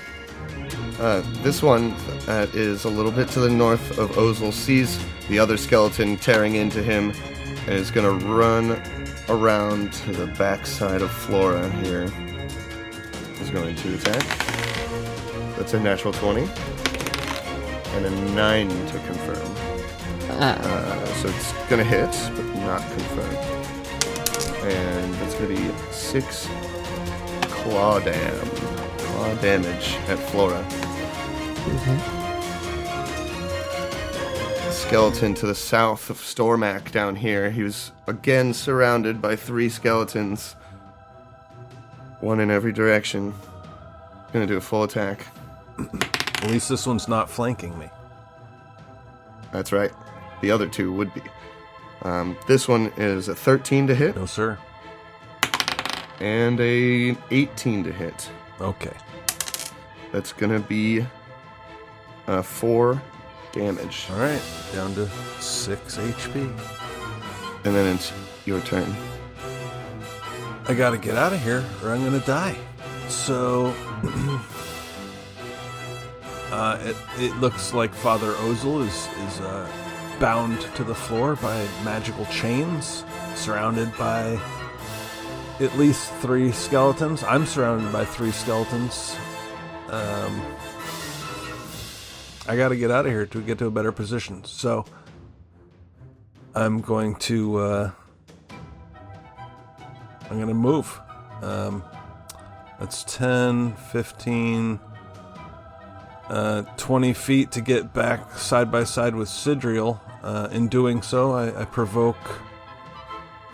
Uh, this one that is a little bit to the north of Ozel sees the other skeleton tearing into him and is going to run around to the backside of Flora here. He's going to attack. That's a natural 20. And a 9 to confirm. Uh, so it's going to hit, but not confirm. And that's going to be 6 claw dam. Claw damage at Flora.
Okay.
skeleton to the south of Stormac down here. He was again surrounded by three skeletons, one in every direction. Gonna do a full attack.
At least this one's not flanking me.
That's right. The other two would be. Um, this one is a 13 to hit
No, sir.
and a 18 to hit.
Okay.
That's gonna be uh, four damage.
All right, down to six HP.
And then it's your turn.
I gotta get out of here or I'm gonna die. So, uh, it, it looks like Father Ozel is, is uh, bound to the floor by magical chains, surrounded by at least three skeletons. I'm surrounded by three skeletons. Um, I gotta get out of here to get to a better position. So, I'm going to. Uh, I'm going to move. Um, that's 10, 15, uh, 20 feet to get back side by side with Sidriel. Uh, in doing so, I, I provoke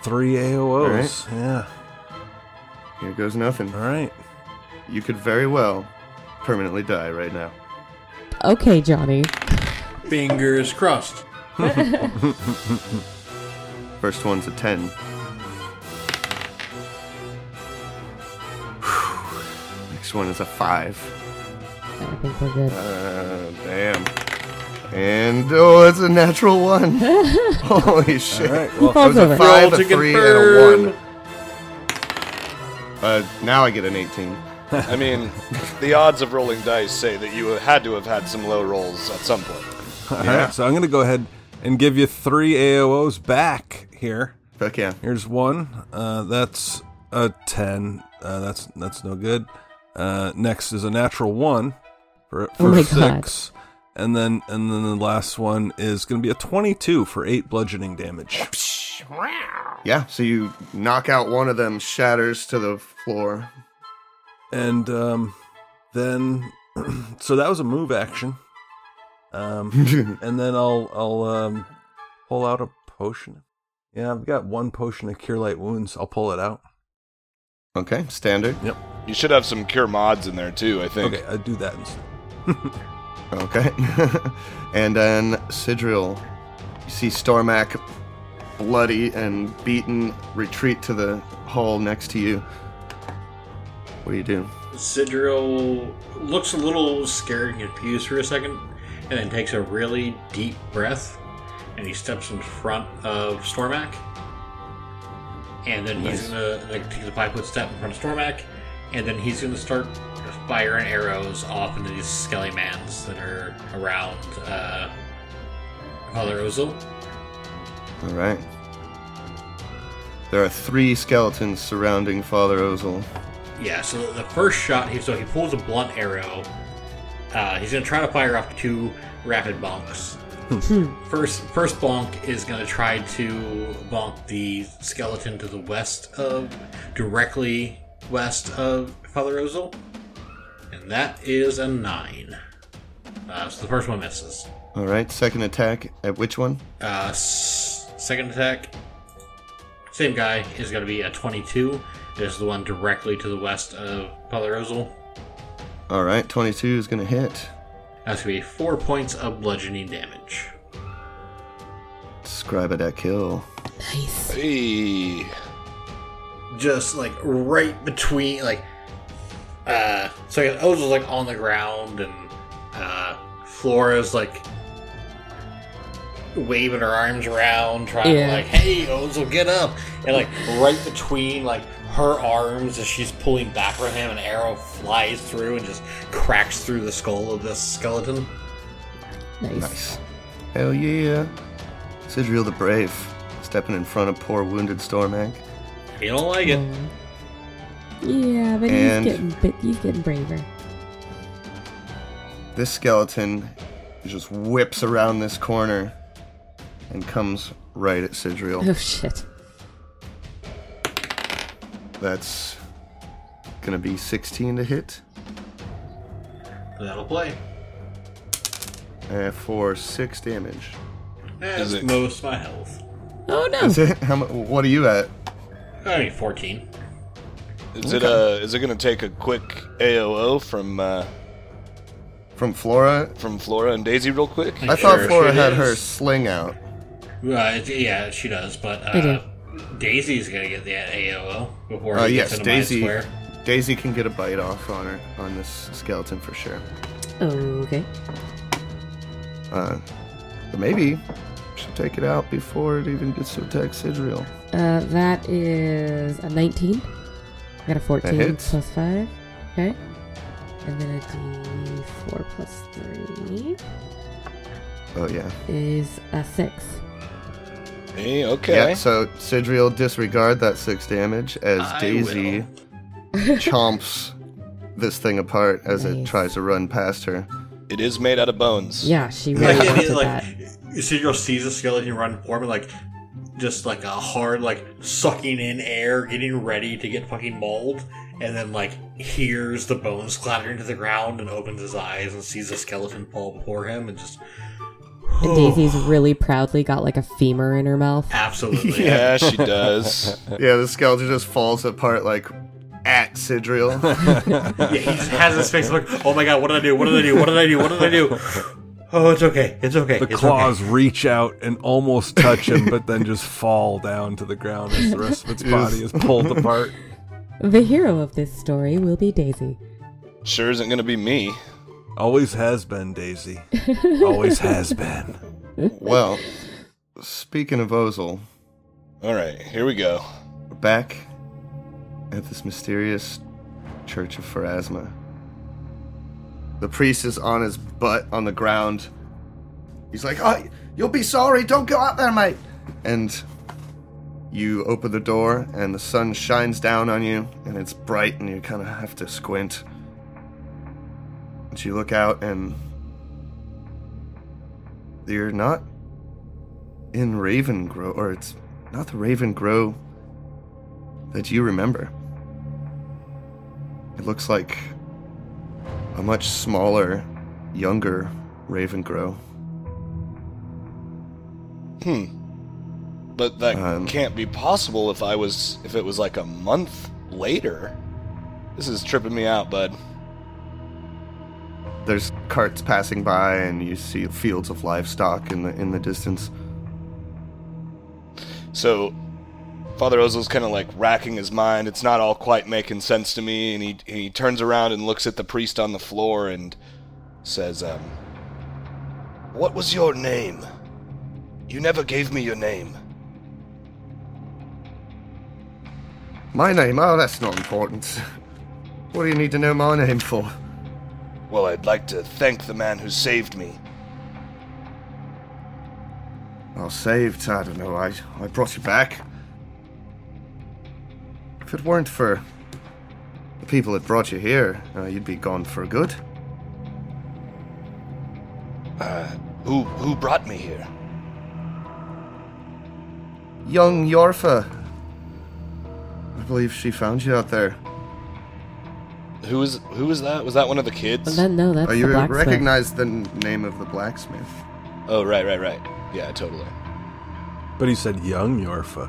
three AOs. Yeah.
Here goes nothing.
All right.
You could very well permanently die right now.
Okay, Johnny.
Fingers crossed.
First one's a 10. Next one is a 5.
I think we're good.
Uh, damn. And, oh, it's a natural one. Holy shit.
All right.
He
Well,
That was
falls
a
over.
5,
Roll
a
to
3,
confirm.
and a 1. Uh, now I get an 18.
I mean, the odds of rolling dice say that you had to have had some low rolls at some point.
all
Yeah.
right. So I'm going to go ahead and give you three AOs back here.
Fuck yeah.
Here's one. Uh, that's a ten. Uh, that's that's no good. Uh, next is a natural one for for
Oh my God.
six, and then and then the last one is going to be a twenty-two for eight bludgeoning damage.
Yeah, so you knock out one of them, shatters to the floor.
And um, then so that was a move action. Um, and then I'll I'll um, pull out a potion. Yeah, I've got one potion of cure light wounds. I'll pull it out.
okay, standard.
You should have some cure mods in there too, I think.
Okay, I do that instead.
Okay. and then Sidriel, you see Stormak, bloody and beaten, retreat to the hall next to you. What do you do?
Sidril looks a little scared and confused for a second, and then takes a really deep breath, and he steps in front of Stormac. And then he's gonna like take the five foot step in front of Stormac, and then he's gonna start firing arrows off into these skelly mans that are around uh, Father Ozel.
All right. There are three skeletons surrounding Father Ozel.
Yeah, so the first shot, he so he pulls a blunt arrow. Uh, he's gonna try to fire off two rapid bonks. first, first bonk is gonna try to bonk the skeleton to the west of, directly west of Father Ozel, and that is a nine. Uh, so the first one misses.
All right, second attack at which one?
Uh, s- second attack, same guy is gonna be a twenty-two. This is the one directly to the west of Father Ozel.
All right, 22 is going to hit.
That's gonna be four points of bludgeoning damage.
Describe it at kill.
Nice.
Hey.
Just like right between, like, uh, so I guess Oz was like on the ground, and uh, Flora's like waving her arms around, trying
Yeah.
to like, "Hey, Ozel, get up!" And like right between like her arms as she's pulling back from him, an arrow flies through and just cracks through the skull of this skeleton.
Nice.
Nice. Hell yeah. Sidriel the Brave, stepping in front of poor wounded Stormak.
You don't like it.
Yeah, but
And-
he's getting but he's getting braver.
This skeleton just whips around this corner and comes right at
Oh
Sidriel.
shit.
That's gonna be 16 to hit
That'll play.
uh, for six damage.
That's
it-
most of my health.
Oh no.
Is it? How, mu- what are you at?
I mean, 14.
Is it uh is it gonna take a quick AOO from uh
From Flora?
from Flora and Daisy real quick?
I thought
Sure,
Flora
she
had
is.
her sling out.
Uh, it- yeah, she does, but
I do.
uh, Daisy's gonna get the AOO before
Uh,
he
yes,
gets into
Daisy.
my square.
Daisy can get a
Oh,
bite off on her on this skeleton for sure.
Okay.
Uh, but maybe we should take it out before it even gets to attack Sidriel.
Uh, that is a 19. I got a 14
hits.
plus 5. Okay. And then a d4 plus 3
Oh yeah.
is a 6.
Hey, okay.
Yeah. So Sidriel disregard that six damage as
I
Daisy
will.
chomps this thing apart as it
Nice.
tries to run past her.
It is made out of bones.
Yeah, she really
Like,
wanted
it, like
that.
Cedro sees a skeleton run forward, like just like a hard, like sucking in air, getting ready to get fucking mauled, and then like hears the bones clattering to the ground and opens his eyes and sees the skeleton fall before him and just.
And Daisy's really proudly got like a femur in her mouth.
Absolutely.
Yeah, she does.
Yeah, the skeleton just falls apart like at Sidriel.
Yeah, he just has his face like, oh my god, what did I do? What did I do? What did I do? What did I do? Oh, it's okay. It's okay.
The
it's
claws
Okay.
reach out and almost touch him, but then just fall down to the ground as the rest of its body is pulled apart.
The hero of this story will be Daisy.
Sure isn't gonna be me.
Always has been, Daisy. Always has been.
well, speaking of Ozel,
All right, here we go.
we're back at this mysterious Church of Pharasma. The priest is on his butt on the ground. He's like, oh, you'll be sorry. Don't go out there, mate. And you open the door, and the sun shines down on you, and it's bright, and you kind of have to squint. But you look out, and you're not in Raven Grow, or it's not the Raven Grow that you remember. It looks like a much smaller, younger Raven Grow.
But that
Um,
can't be possible if I was if it was like a month later. This is tripping me out, bud.
There's carts passing by, and you see fields of livestock in the in the distance.
So Father Ozel's kind of like racking his mind. It's not all quite making sense to me, and he he turns around and looks at the priest on the floor and says, um, "What was your name? You never gave me your name."
My name? Oh, that's not important. What do you need to know my name for?
Well, I'd like to thank the man who saved me.
I was saved. I don't know. I I brought you back. If it weren't for the people that brought you here, uh, you'd be gone for good.
Who who brought me here?
Young Yorfa. I believe she found you out there.
Who is who is that? Was that one of the
Well,
kids?
then, no, that's
Oh,
the
you
blacksmith.
recognize the n- name of the blacksmith.
Oh, right, right, right. Yeah, totally.
But he said, young Yorfa.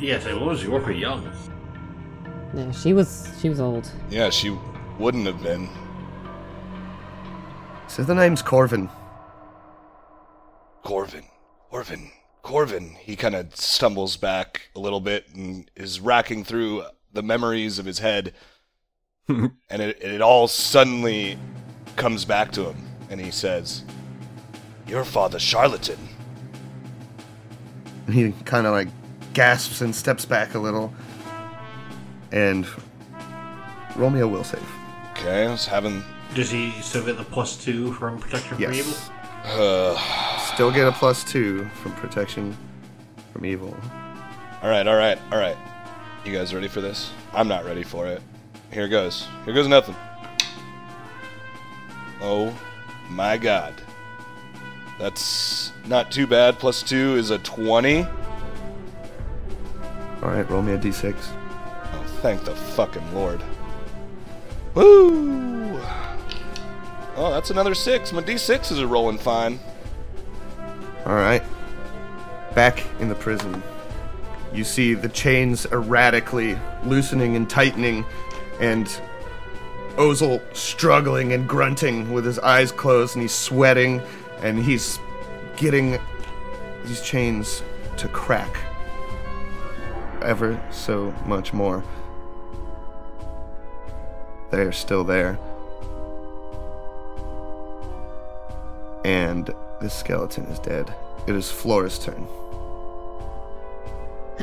Yeah, so what was your for young?
No, she was she was old.
Yeah, she wouldn't have been.
So the name's Corvin.
Corvin. Corvin. Corvin. He kind of stumbles back a little bit and is racking through the memories of his head. and it, it all suddenly comes back to him. And he says, Your father, charlatan.
And he kind of like gasps and steps back a little. And Romeo will save.
Okay, I was having.
Does he still get the plus two from protection from evil?
Yes. Still get a plus two from protection from evil.
All right, all right, all right. You guys ready for this? I'm not ready for it. Here goes. Here goes nothing. Oh my god. That's not too bad. Plus two is a 20.
All right, roll me a d6.
Oh, thank the fucking lord. Woo! Oh, that's another six. My d6s are rolling fine.
All right. Back in the prison, you see the chains erratically loosening and tightening, and Ozel struggling and grunting with his eyes closed, and he's sweating, and he's getting these chains to crack ever so much more. They're still there. And This skeleton is dead. It is Flora's turn.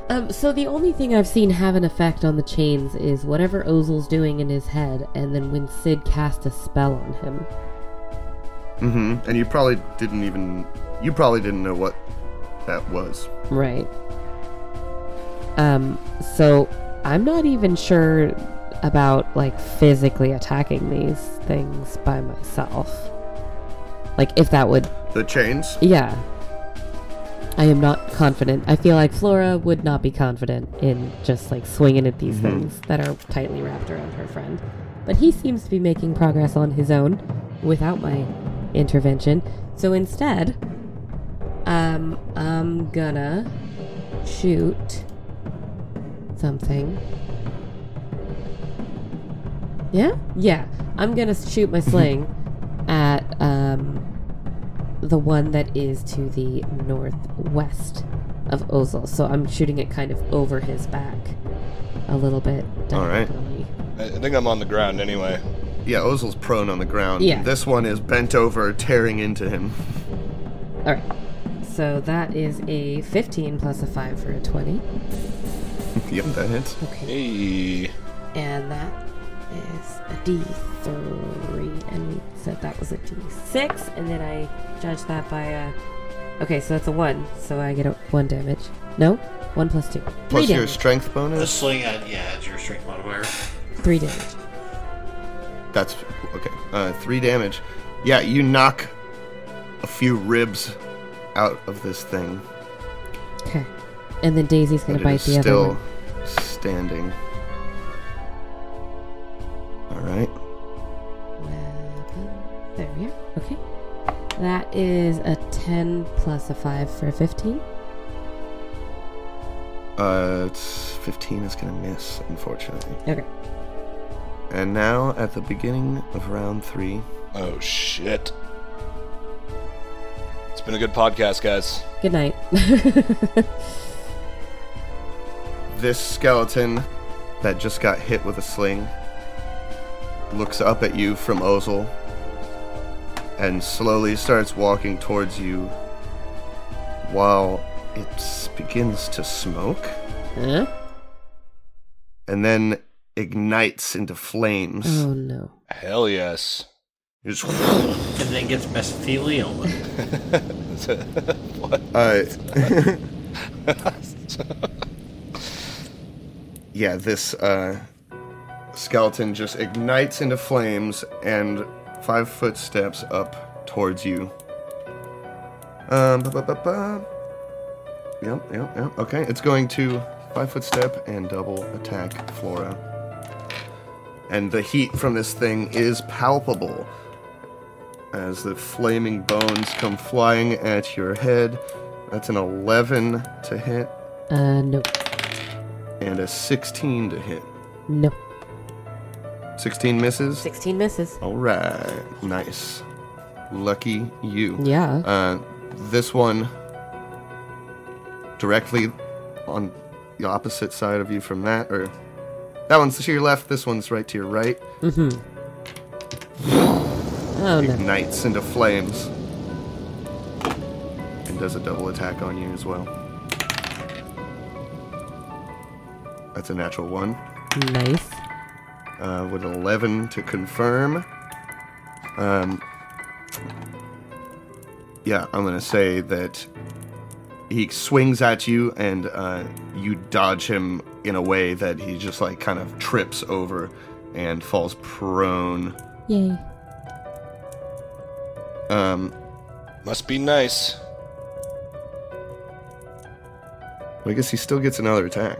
Um, so the only thing I've seen have an effect on the chains is whatever Ozil's doing in his head, and then when Sid cast a spell on him.
Mm-hmm. And you probably didn't even you probably didn't know what that was.
Right. Um, so I'm not even sure about like physically attacking these things by myself. Like if that would
The chains?
yeah. I am not confident. I feel like Flora would not be confident in just like swinging at these things that are tightly wrapped around her friend. But he seems to be making progress on his own without my intervention. So instead, um, I'm gonna shoot something. Yeah? Yeah. I'm gonna shoot my sling at um, the one that is to the northwest of Ozil. So I'm shooting it kind of over his back a little bit.
All right.
diagonally.
I I think I'm on the ground anyway.
Yeah, Ozil's prone on the ground.
Yeah.
This one is bent over, tearing into him.
All right. So that is a 15 plus a 5 for a 20.
yep, that hits.
Okay.
Hey.
And that is a D3. And we said that was a D6. And then I judge that by a. Okay, so that's a 1. So I get a 1 damage. No? 1 plus 2. 3
Plus your
damage.
strength
The
bonus.
sling, uh, yeah, it's your strength modifier.
3 damage.
That's okay. Uh, three damage. Yeah, you knock a few ribs out of this thing.
Okay. And then Daisy's going
and
to
it
bite
is
the other
still
one.
standing. All right.
Uh, There we are. Okay. That is a 10 plus a 5 for a 15.
Uh, it's 15 is gonna miss, unfortunately.
Okay.
And now, at the beginning of round three,
Oh shit. It's been a good podcast, guys.
Good night.
this skeleton that just got hit with a sling looks up at you from Ozil and slowly starts walking towards you while it s- begins to smoke
huh?
and then ignites into flames.
Oh no.
Hell yes.
It's-
And then gets mesothelioma.
Uh, yeah, this uh, skeleton just ignites into flames and five foot steps up towards you. Um, ba- ba- ba- ba. Yep, yep, yep. Okay, it's going to five foot step and double attack Flora. And the heat from this thing is palpable as the flaming bones come flying at your head. That's an 11 to hit
Uh, no.
and a 16 to hit.
No.
16 misses?
16 misses.
All right. Nice. Lucky you.
Yeah.
Uh, this one directly on the opposite side of you from that, or that one's to your left, this one's right to your right.
Oh no.
Ignites into flames. And does a double attack on you as well. That's a natural one.
Nice.
uh, with an 11 to confirm. Um, yeah, I'm going to say that he swings at you and uh, you dodge him in a way that he just like kind of trips over and falls prone.
Yay.
Um,
Must be nice.
I guess he still gets another attack.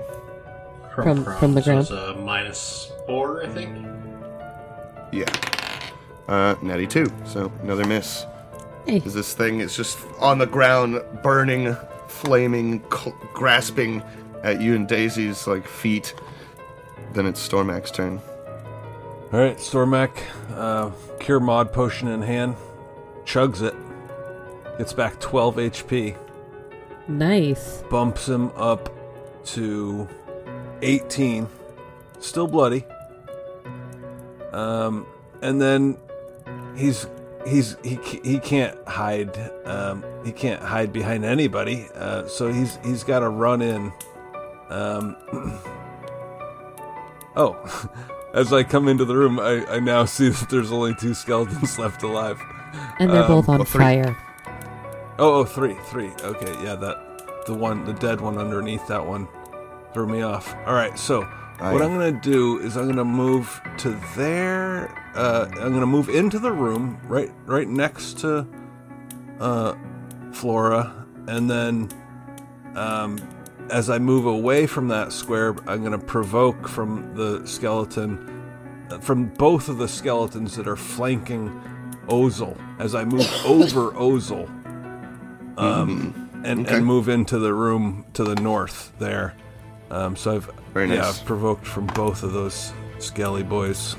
From- from the
so
ground.
It's a minus four, I think.
Yeah. Uh, natty 2, so another miss.
Hey.
As this thing is just on the ground, burning, flaming, cl- grasping at you and Daisy's like feet. Then it's Stormak's turn.
All right, Stormac, uh, cure mod potion in hand, chugs it, gets back 12 HP,
Nice.
bumps him up to 18, still bloody. Um, and then he's he's he ca- he can't hide. Um, he can't hide behind anybody. Uh, so he's he's got to run in. Um, oh, as I come into the room, I, I now see that there's only two skeletons left alive.
And they're
Um,
both on
well, three-
fire.
Oh, oh, three, three. Okay, yeah, that the one, the dead one underneath that one, threw me off. All right, so what I'm gonna do is I'm gonna move to there. Uh, I'm gonna move into the room, right, right next to uh, Flora, and then um, as I move away from that square, I'm gonna provoke from the skeleton uh, from both of the skeletons that are flanking Ozel as I move over Ozel, um, and,
Mm-hmm. Okay.
and move into the room to the north there. Um, so I've
Very
yeah
nice.
I've provoked from both of those skelly boys.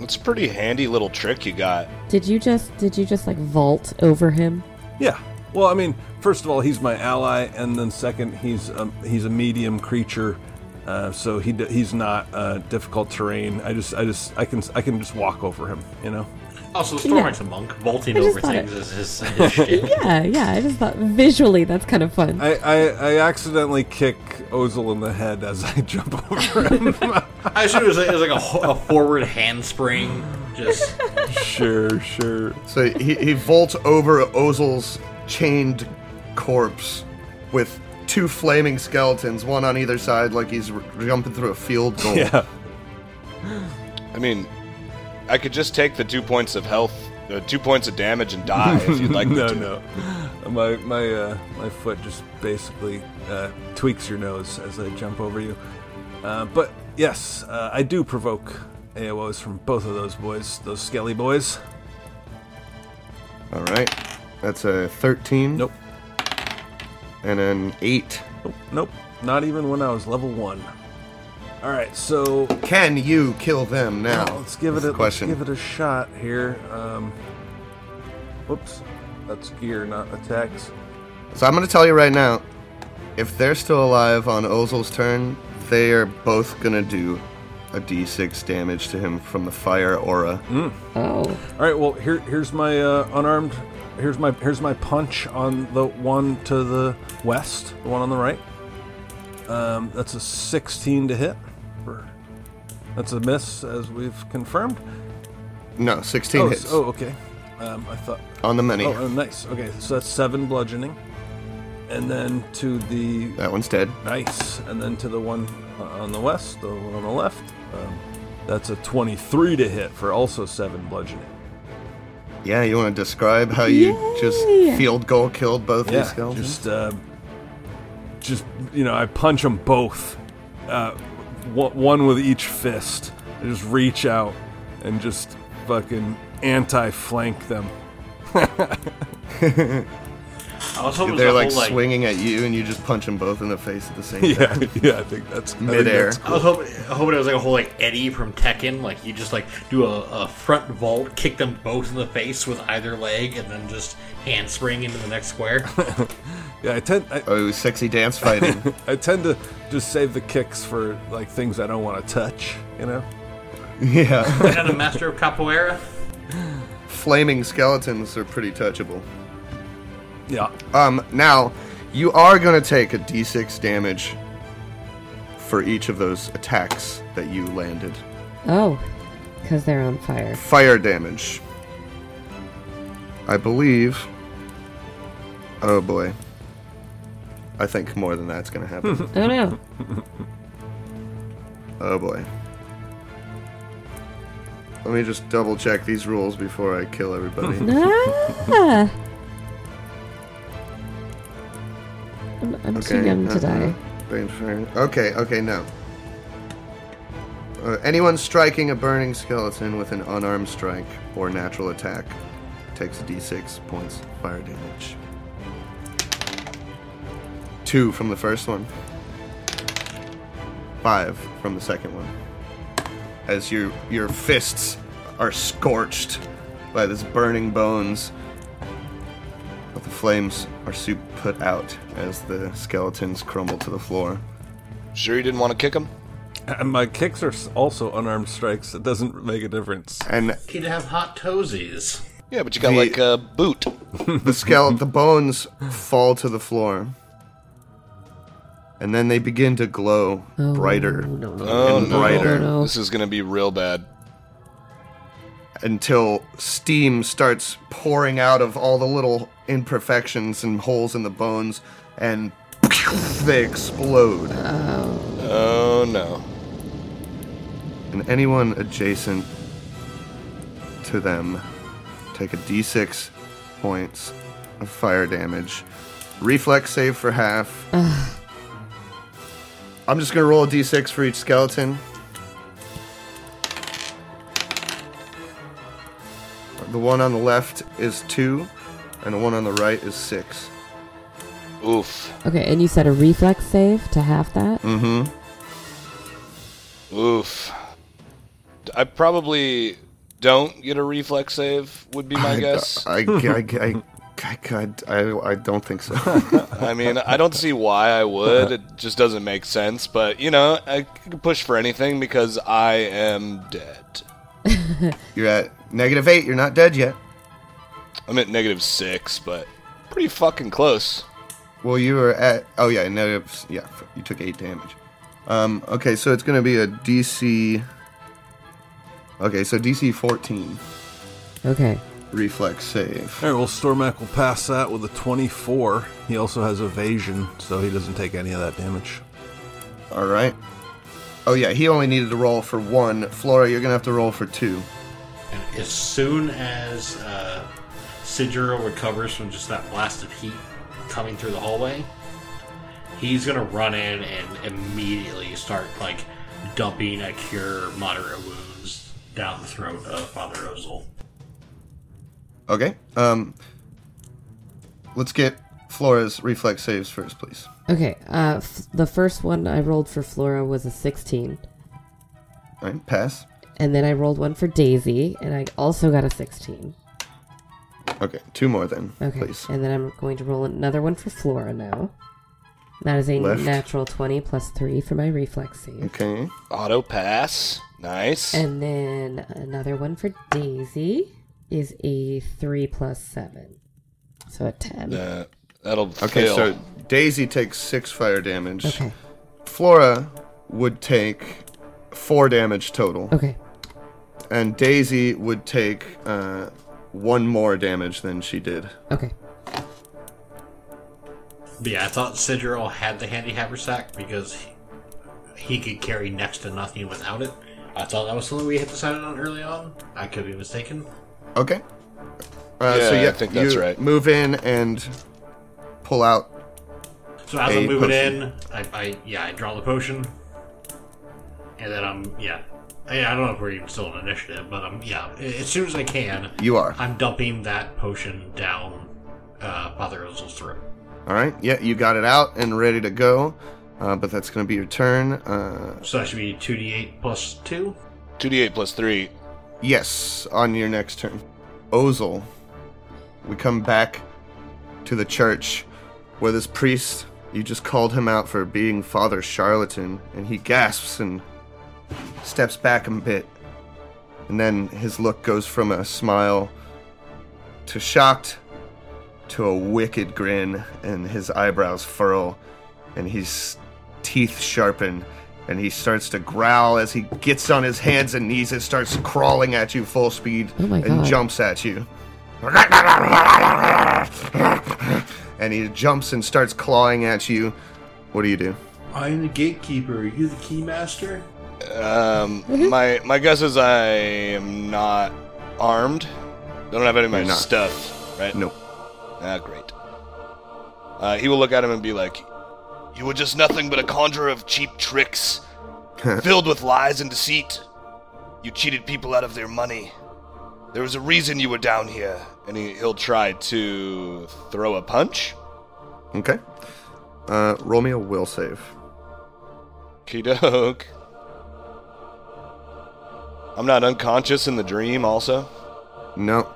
That's a pretty handy little trick you got.
Did you just did you just like vault over him?
Yeah. Well, I mean, first of all, he's my ally, and then second, he's a, he's a medium creature, uh, so he d- he's not uh, difficult terrain. I just I just I can I can just walk over him, you know.
Also, Stormite's a monk. Vaulting
I just
over
thought
things
it-
is his, his shit.
Yeah, yeah. I just thought visually that's kind of fun.
I, I, I accidentally kick Ozel in the head as I jump over him.
I assume it was like, it was like a, ho- a forward handspring. Just
sure, sure.
So he, he vaults over Ozel's chained corpse with two flaming skeletons, one on either side, like he's r- jumping through a field goal.
Yeah.
I mean, I could just take the two points of health, uh, two points of damage, and die if you'd like me
no,
to.
no. My my uh, my foot just basically uh, tweaks your nose as I jump over you. Uh, but yes, uh, I do provoke AOs from both of those boys, those skelly boys.
All right. That's a 13.
Nope,
And an 8.
nope, nope. Not even when I was level one. All right, so
Can you kill them now?
Well, let's give it
That's
a
the question.
Let's give it a shot here. Um, whoops, that's gear, not attacks.
So I'm going to tell you right now if they're still alive on Ozel's turn, they are both going to do a d6 damage to him from the fire aura.
Hmm?
Oh.
All right, well here here's my uh, unarmed. Here's my here's my punch on the one to the west, the one on the right. Um, that's a 16 to hit. For, that's a miss, as we've confirmed.
No, 16
oh,
hits
oh, okay. Um, I thought
on the many.
Oh, oh, nice. Okay, so that's seven bludgeoning, and then to the
That one's dead.
Nice. And then to the one uh, on the west, the one on the left. Um, that's a 23 to hit for also 7 bludgeoning.
Yeah, you want to describe how you just
Yay!
field goal killed both these
Yeah,
skeletons?
just, uh, just, you know, I punch them both. Uh, one one with each fist. I just reach out and just fucking anti flank them.
I was hoping it was
They're
a
like
whole, like
swinging at you, and you just punch them both in the face at the same time.
Yeah, yeah, I think that's I think
Midair.
that's-
I was hoping, hoping it was like a whole like Eddie from Tekken, like you just like do a, a front vault, kick them both in the face with either leg, and then just handspring into the next square.
Yeah, I tend, I,
Oh, sexy dance fighting.
I tend to just save the kicks for like things I don't want to touch, you know?
yeah.
You're not a master of capoeira.
Flaming skeletons are pretty touchable.
Yeah.
Um, now, you are going to take a d6 damage for each of those attacks that you landed.
Oh. Because they're on fire.
Fire damage. I believe. Oh boy. I think more than that's going to happen.
Oh no.
Oh boy. Let me just double check these rules before I kill everybody.
Ah! I'm, I'm too young
uh,
uh-uh.
to die.
Brain fire. Okay, okay, no. Uh, anyone striking a burning skeleton with an unarmed strike or natural attack takes d6 points of fire damage. Two from the first one, five from the second one. As your your fists are scorched by this burning bones but the flames are soon put out as the skeletons crumble to the floor.
Sure, you didn't want to kick him?
And my kicks are s- also unarmed strikes. It doesn't make a difference.
And
He'd have hot toesies.
Yeah, but you got
The- Oh,
like a boot.
The skeleton, the bones fall to the floor. And then they begin to glow
Oh,
brighter
no, no,
Oh,
and
no.
brighter
No, no.
This is gonna be real bad.
until steam starts pouring out of all the little imperfections and holes in the bones and they explode.
Oh no.
and anyone adjacent to them take a d6 points of fire damage. Reflex save for half. I'm just gonna roll a d6 for each skeleton. The one on the left is two, and the one on the right is six.
Oof.
Okay, and you said a reflex save to half that?
Mm.
Oof. I probably don't get a reflex save. Would be my
I-
guess.
I, I, I, I, I, I don't think so.
I mean, I don't see why I would. It just doesn't make sense. But you know, I can push for anything because I am dead.
You're at negative eight. You're not dead yet.
I'm at negative six, but pretty fucking close.
Well, you were at. Oh yeah, negative. Yeah, f- you took eight damage. Um. Okay, so it's gonna be a DC. Okay, so DC 14
Okay.
reflex save.
All right, well, Stormac will pass that with a 24. He also has evasion, so he doesn't take any of that damage.
All right. Oh yeah, he only needed to roll for one. Flora, you're gonna have to roll for two.
And as soon as uh, Sidra recovers from just that blast of heat coming through the hallway, he's gonna run in and immediately start like dumping a cure moderate wounds down the throat of Father Ozel.
Okay. Um. Let's get Flora's reflex saves first, please.
Okay, uh, f- the first one I rolled for Flora was a 16.
All right, pass.
And then I rolled one for Daisy, and I also got a 16.
Okay, two more then,
Okay.
please.
And then I'm going to roll another one for Flora now. That is a
Left.
natural 20 plus 3 for my reflex save.
Okay.
Auto pass. Nice.
And then another one for Daisy is a 3 plus 7. So a 10.
Uh, that'll
Okay,
fail.
so Daisy takes six fire damage.
Okay.
Flora would take four damage total,
Okay.
and Daisy would take uh, one more damage than she did.
Okay.
But yeah, I thought Sidral had the handy haversack because he, he could carry next to nothing without it. I thought that was something we had decided on early on. I could be mistaken.
Okay. Uh, so
Yeah, I
yeah,
think that's
you
right.
Move in and pull out.
So as
A
I'm moving
potion.
in, I, I yeah, I draw the potion, and then I'm yeah, I, I don't know if we're even still on initiative, but I'm yeah. a- As soon as I can,
You are
I'm dumping that potion down uh, Father Ozel's throat.
all right. Yeah, you got it out and ready to go. Uh, but that's going to be your turn. Uh,
So that should be two d8 plus two.
2d8 plus 3.
yes, on your next turn, Ozel. We come back to the church where this priest you just called him out for being father charlatan and he gasps and steps back a bit and then his look goes from a smile to shocked to a wicked grin and his eyebrows furl and his teeth sharpen and he starts to growl as he gets on his hands and knees and starts crawling at you full speed
Oh my
and
God.
jumps at you and he jumps and starts clawing at you. What do you do?
I'm the gatekeeper. Are you the keymaster?
Um, my my guess is I am not armed. I don't have any of my
You're not.
stuff, right?
Nope.
Ah, great. Uh, he will look at him and be like, "You were just nothing but a conjurer of cheap tricks, filled with lies and deceit. You cheated people out of their money. There was a reason you were down here." And he, he'll try to throw a punch.
Okay. Uh, roll me a will save.
Kidoke. I'm not unconscious in the dream, also.
No,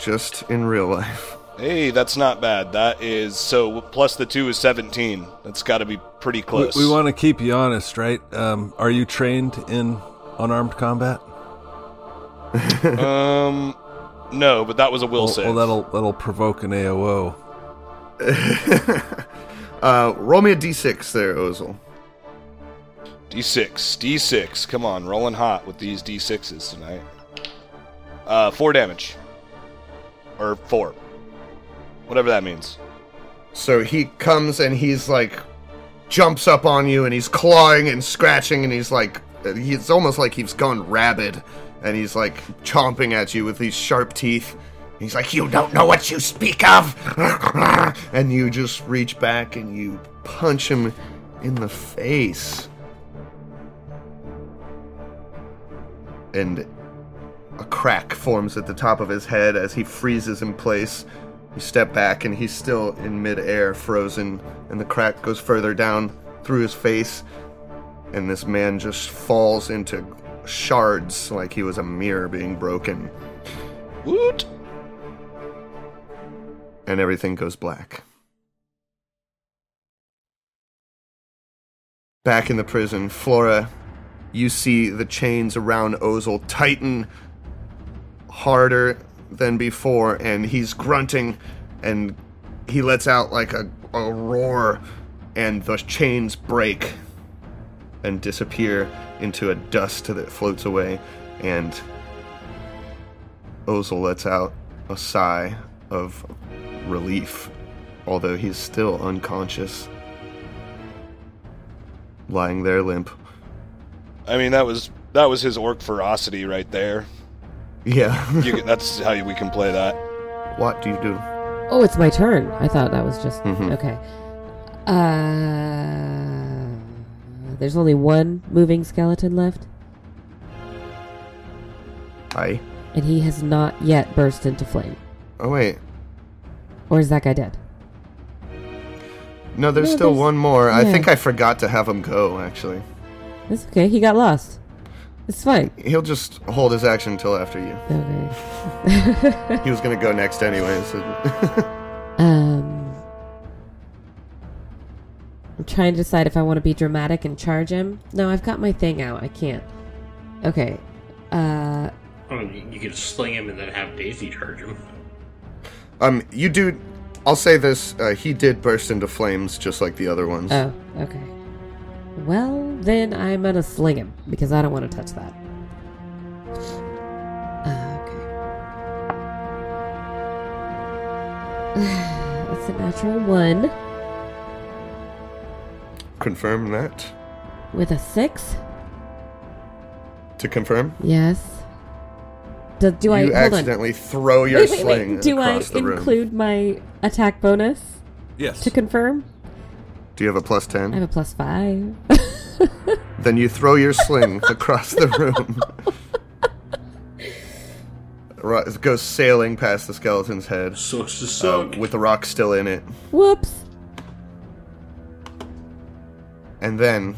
just in real life.
Hey, that's not bad. That is so plus the two is seventeen. That's got to be pretty
We,
close.
we want to keep you honest, right? Um, are you trained in unarmed combat?
Um, No, but that was a will
Well,
save.
well, that'll that'll provoke an AOO.
Uh, roll me a d6 there, Ozel.
D6, D6. Come on, rolling hot with these D6s tonight. Uh, four damage. Or four. Whatever that means.
So he comes and he's like, jumps up on you and he's clawing and scratching and he's like, it's almost like he's gone rabid and he's like chomping at you with these sharp teeth. He's like, You don't know what you speak of! and you just reach back and you punch him in the face. And A crack forms at the top of his head as he freezes in place. You step back, and he's still in midair, frozen, and the crack goes further down through his face, and this man just falls into shards like he was a mirror being broken,
Woot!
and everything goes black. Back in the prison, Flora, you see the chains around Ozel tighten harder than before, and he's grunting, and he lets out like a, a roar, and the chains break and disappear into a dust that floats away, and Ozel lets out a sigh of relief, although he's still unconscious, lying there limp.
I mean, that was that was his orc ferocity right there.
Yeah.
You can, that's how we can play that.
what do you do?
Oh, it's my turn. I thought that was just
Mhm.
okay. Uh, there's only one moving skeleton left,
I.
and he has not yet burst into flame.
Oh, wait.
Or is that guy dead?
No, there's
No,
still
there's-
one more. I
yeah.
think I forgot to have him go, actually.
That's okay. He got lost. It's fine.
He'll just hold his action until after you.
Okay.
He was going to go next anyway, so.
Um, I'm trying to decide if I want to be dramatic and charge him. No, I've got my thing out. I can't. Okay. Uh,
I mean, Oh, you could sling him and then have Daisy charge him.
um, you do. I'll say this. Uh, he did burst into flames just like the other ones.
oh, okay. Well, then I'm gonna sling him because I don't want to touch that. Uh, okay. That's a natural one
Confirm that.
with a six.
To confirm?
Yes. Do, do I
you
hold on?
accidentally throw your
Wait, wait,
sling
wait. Do I
across the room.
include my attack bonus
Yes.
to confirm?
Do you have a plus
I
ten?
have a plus five.
Then you throw your sling across the room. Ro- It goes sailing past the skeleton's head
So, um, so,
uh, with the rock still in it,
Whoops.
and then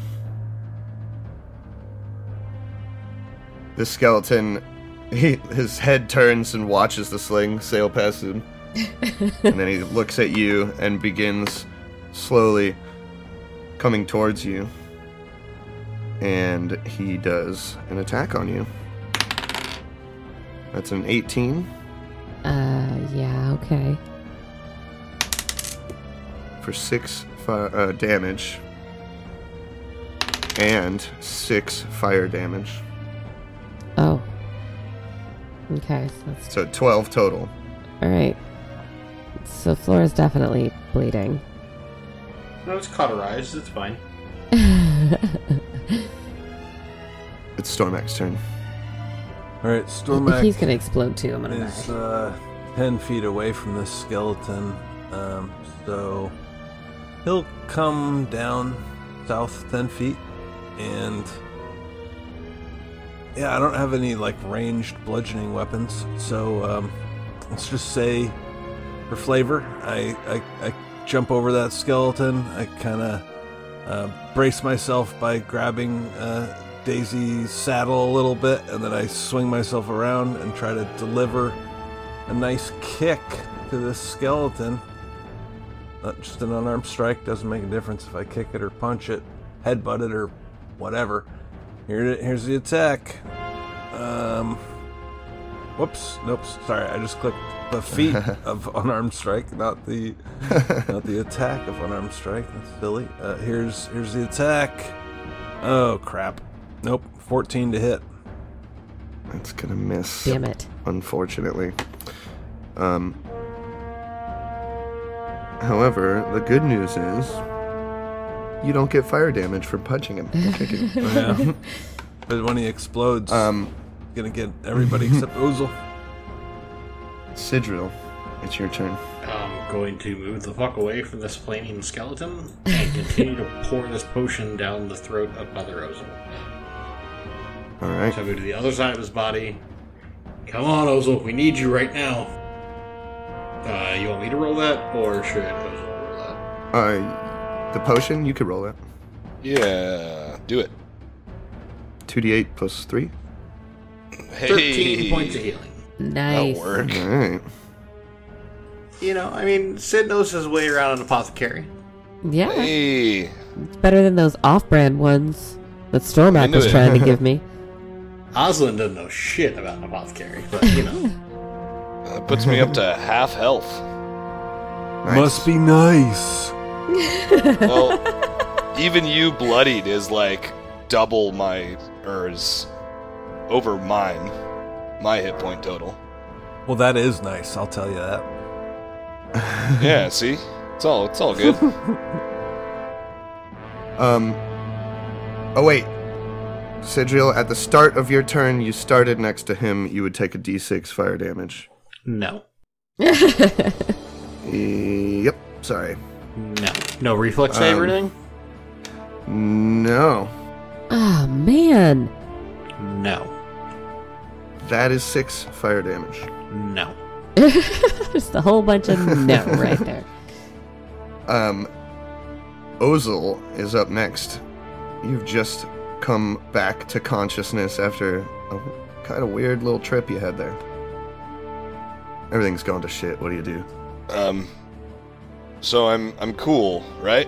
the skeleton, he, his head turns and watches the sling sail past him, and then he looks at you and begins slowly coming towards you, and he does an attack on you. That's an 18.
Uh, yeah, okay.
for six fi- uh, damage and six fire damage.
Oh. Okay, so that's
So 12 total.
all right. So Flora's definitely bleeding.
no, it's cauterized. It's fine.
It's Stormax's turn.
All right, Stormac.
He's gonna explode too. I'm gonna
is
die.
uh, 10 feet away from this skeleton. Um, so he'll come down south 10 feet. And yeah, I don't have any like ranged bludgeoning weapons. So um, let's just say for flavor, I, I, I jump over that skeleton. I kind of uh, brace myself by grabbing uh, Daisy's saddle a little bit, and then I swing myself around and try to deliver a nice kick to this skeleton. Not just an unarmed strike, doesn't make a difference if I kick it or punch it, headbutt it or whatever. Here, it- here's the attack. Um, Whoops. Nope. Sorry, I just clicked the feet of unarmed strike, not the not the attack of unarmed strike. That's silly. Uh, here's here's the attack. Oh crap. Nope. 14 to hit.
That's gonna miss.
Damn it.
unfortunately. Um, however, the good news is you don't get fire damage from punching him. or kicking him.
Yeah. but when he explodes,
um,
gonna get everybody except Ozel.
Sidril, it's your turn.
I'm going to move the fuck away from this flaming skeleton and continue to pour this potion down the throat of Mother Ozel.
All right.
So I go to the other side of his body. Come on, Ozel, we need you right now. Uh, you want me to roll that, or should Ozel roll that?
Uh, the potion, you could roll it.
Yeah, do it.
2d8 plus 3.
Hey,
13 points of healing.
Nice.
That'll work.
All right.
You know, I mean, Sid knows his way around an apothecary.
Yeah.
Hey,
It's better than those off brand ones that Stormak
knew
was
it.
trying to give me.
Oslin doesn't know shit about an apothecary, but you know.
Hmm.
that puts me up to half health.
Nice.
Must be nice.
Well, even you bloodied is like double my or is over mine, my hit point total.
Well, that is nice. I'll tell you that.
Yeah, see, it's all it's all good.
Um. Oh wait, Sidril. At the start of your turn, you started next to him. You would take a d6 fire damage.
No.
Yep. Sorry.
No. No reflex save or
Um,
anything?
No.
Ah, man.
No.
That is six fire damage.
No.
Just a whole bunch of no right there.
Um. Ozel is up next. You've just come back to consciousness after a kind of weird little trip you had there. Everything's gone to shit. What do you do?
um, so I'm I'm cool, right?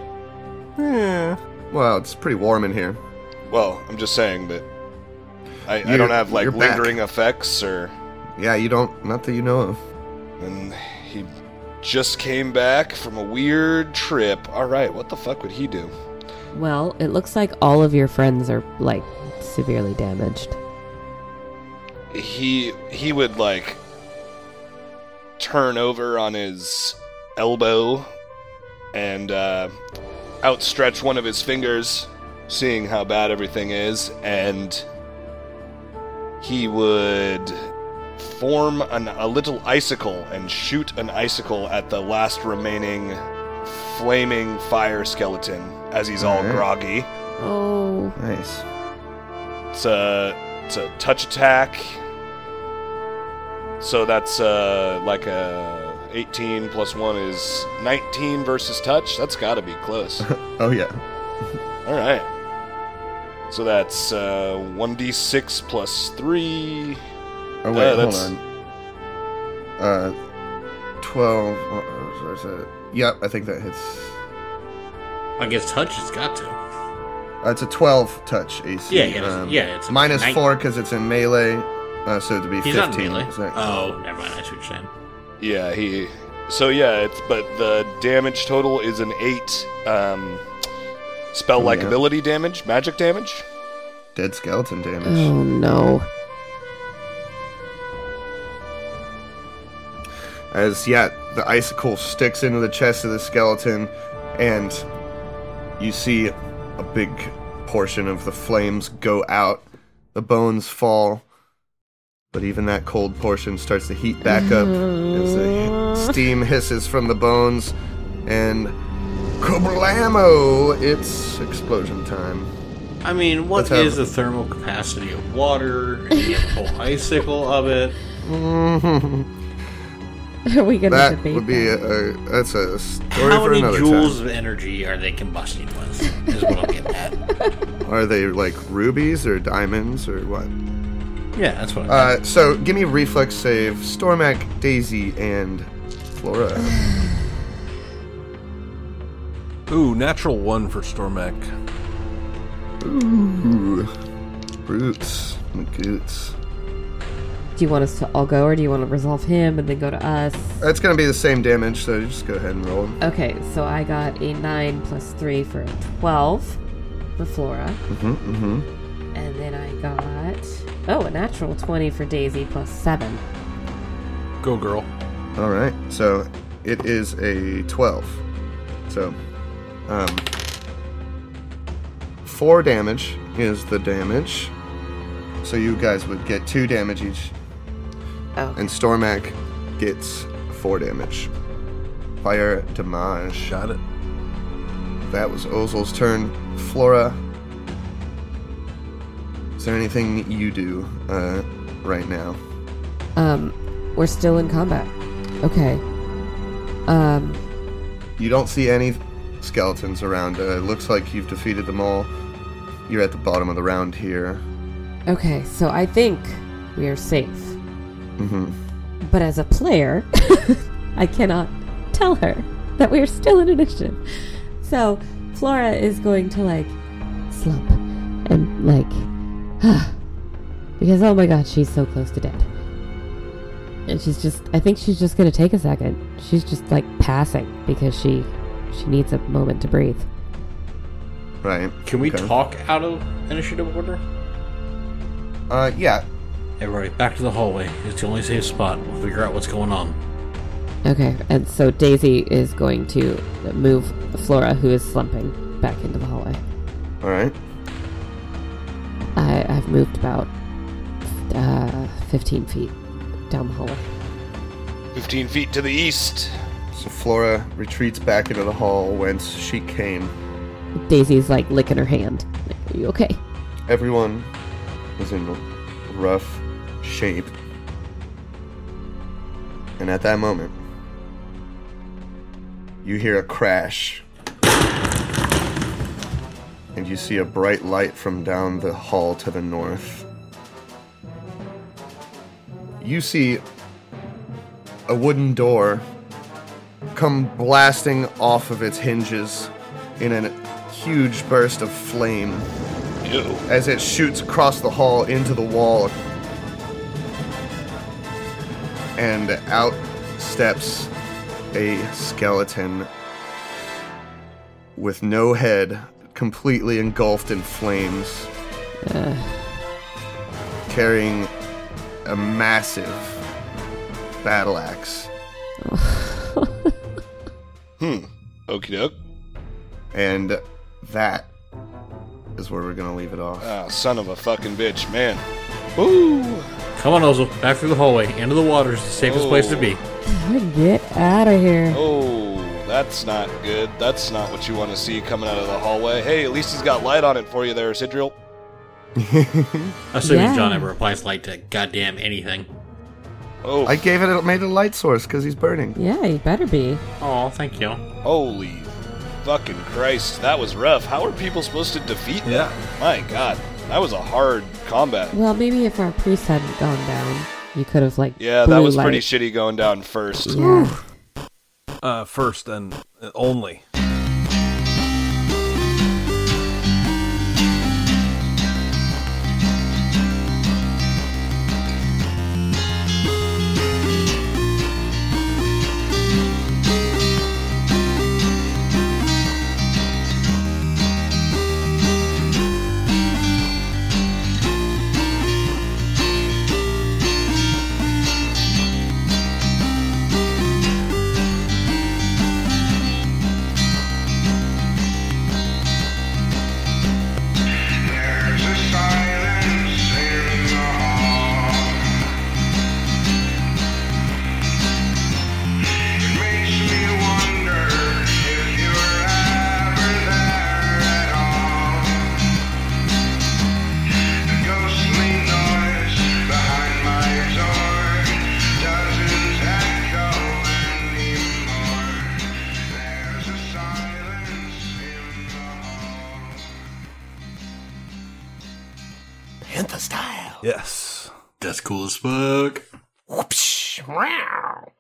Well, it's pretty warm in here.
Well, I'm just saying that I, I
You're-
don't have like
you're back.
lingering effects or.
Yeah, you don't. Not that you know of.
And he just came back from a weird trip. All right, what the fuck would he do?
Well, it looks like all of your friends are, like, severely damaged.
He he would like turn over on his elbow and uh, outstretch one of his fingers, seeing how bad everything is, and he would form an, a little icicle and shoot an icicle at the last remaining flaming fire skeleton as he's all
Alright.
groggy.
Oh.
Nice.
It's a, it's a touch attack. So that's uh, like a 18 plus 1 is 19 versus touch. That's got to be close.
Oh yeah.
All right. So that's uh, 1d6 plus 3.
Oh wait,
Uh,
hold
that's-
on. Uh, twelve. what was it? Yep, I think that hits.
I guess Hutch has got to.
Uh, it's a twelve touch AC.
Yeah, yeah, it's- yeah, it's a
minus
nine-
four because it's in melee, uh, so it'd be
He's not
fifteen.
melee.
is that-
Oh, never mind. I see what you're saying.
Yeah, he. So yeah, it's, but the damage total is an 8 um, spell like
Yeah.
ability damage, magic damage.
Dead skeleton damage.
Oh, no.
As yeah, the icicle sticks into the chest of the skeleton, and you see a big portion of the flames go out. The bones fall, but even that cold portion starts to heat back up as the steam hisses from the bones, and kablamo! It's explosion time.
I mean, what
Let's have-
is the thermal capacity of water? And you get the whole icicle of it.
Are we going to
that
debate
would be
that?
a, a that's a story
How
for
many
another
joules
time.
of energy are they combusting with? Is what I'm getting at.
Are they like rubies or diamonds or what?
Yeah, that's what. I'm
Uh, so give me a reflex save, Stormac, Daisy, and Flora.
Ooh, natural one for Stormak.
Ooh. Brutes. Magoots.
Do you want us to all go, or do you want to resolve him and then go to us?
That's going to be the same damage, so just go ahead and roll him.
Okay, so I got a 9 plus 3 for a 12 for Flora.
Mm-hmm, mm-hmm.
And then I got, oh, a natural 20 for Daisy plus 7.
Go, girl.
All right. So it is a 12. So, um, four damage is the damage. So you guys would get two damage each,
Oh,
and Stormak gets four damage. Fire damage.
Got it.
That was Ozol's turn. Flora, is there anything you do uh, right now?
um, we're still in combat. Okay. Um,
You don't see any skeletons around. Uh, it looks like you've defeated them all. You're at the bottom of the round here.
okay, so I think we are safe.
hmm
But as a player, I cannot tell her that we are still in initiative. So Flora is going to like slump and like because oh my god, she's so close to dead. And she's just I think she's just gonna take a second. She's just like passing because she she needs a moment to breathe.
Right.
Can we
Okay.
talk out of initiative order?
Uh, yeah.
Everybody, back to the hallway. It's the only safe spot. We'll figure out what's going on.
Okay, and so Daisy is going to move Flora, who is slumping, back into the hallway.
All right.
I, I've moved about uh, 15 feet down the hallway.
15 feet to the east.
So Flora retreats back into the hall whence she came.
Daisy's like licking her hand. Like, Are you okay?
Everyone is in rough shape. And at that moment, you hear a crash. And you see a bright light from down the hall to the north. You see a wooden door come blasting off of its hinges in a huge burst of flame
Ew.
as it shoots across the hall into the wall. And out steps a skeleton with no head, completely engulfed in flames, carrying a massive battle axe.
Okie doke.
And that is where we're going to leave it off.
Ah, son of a fucking bitch, man. Ooh.
Come on, Ozel. Back through the hallway. Into the water is the safest place to be.
Get out of here.
Oh, that's not good. That's not what you want to see coming out of the hallway. Hey, at least he's got light on it for you there, Sidriel.
Assuming
Yeah.
John ever applies light to goddamn anything.
Oh,
I gave it, a- made it a light source because he's burning.
Yeah, you better be.
Oh, thank you.
holy fucking Christ. That was rough. How are people supposed to defeat that?
Yeah.
My god. That was a hard combat.
Well, maybe if our priest hadn't gone down, you could have like.
Yeah,
blue
that was
light.
pretty shitty going down first.
Yeah.
Uh, first and only.
There's a silence here in the hall. It makes me wonder if you were ever there at all. The ghostly noise behind my door doesn't echo anymore. There's a silence in the hall.
Yes.
That's cool as fuck.
Whoopsh, wow.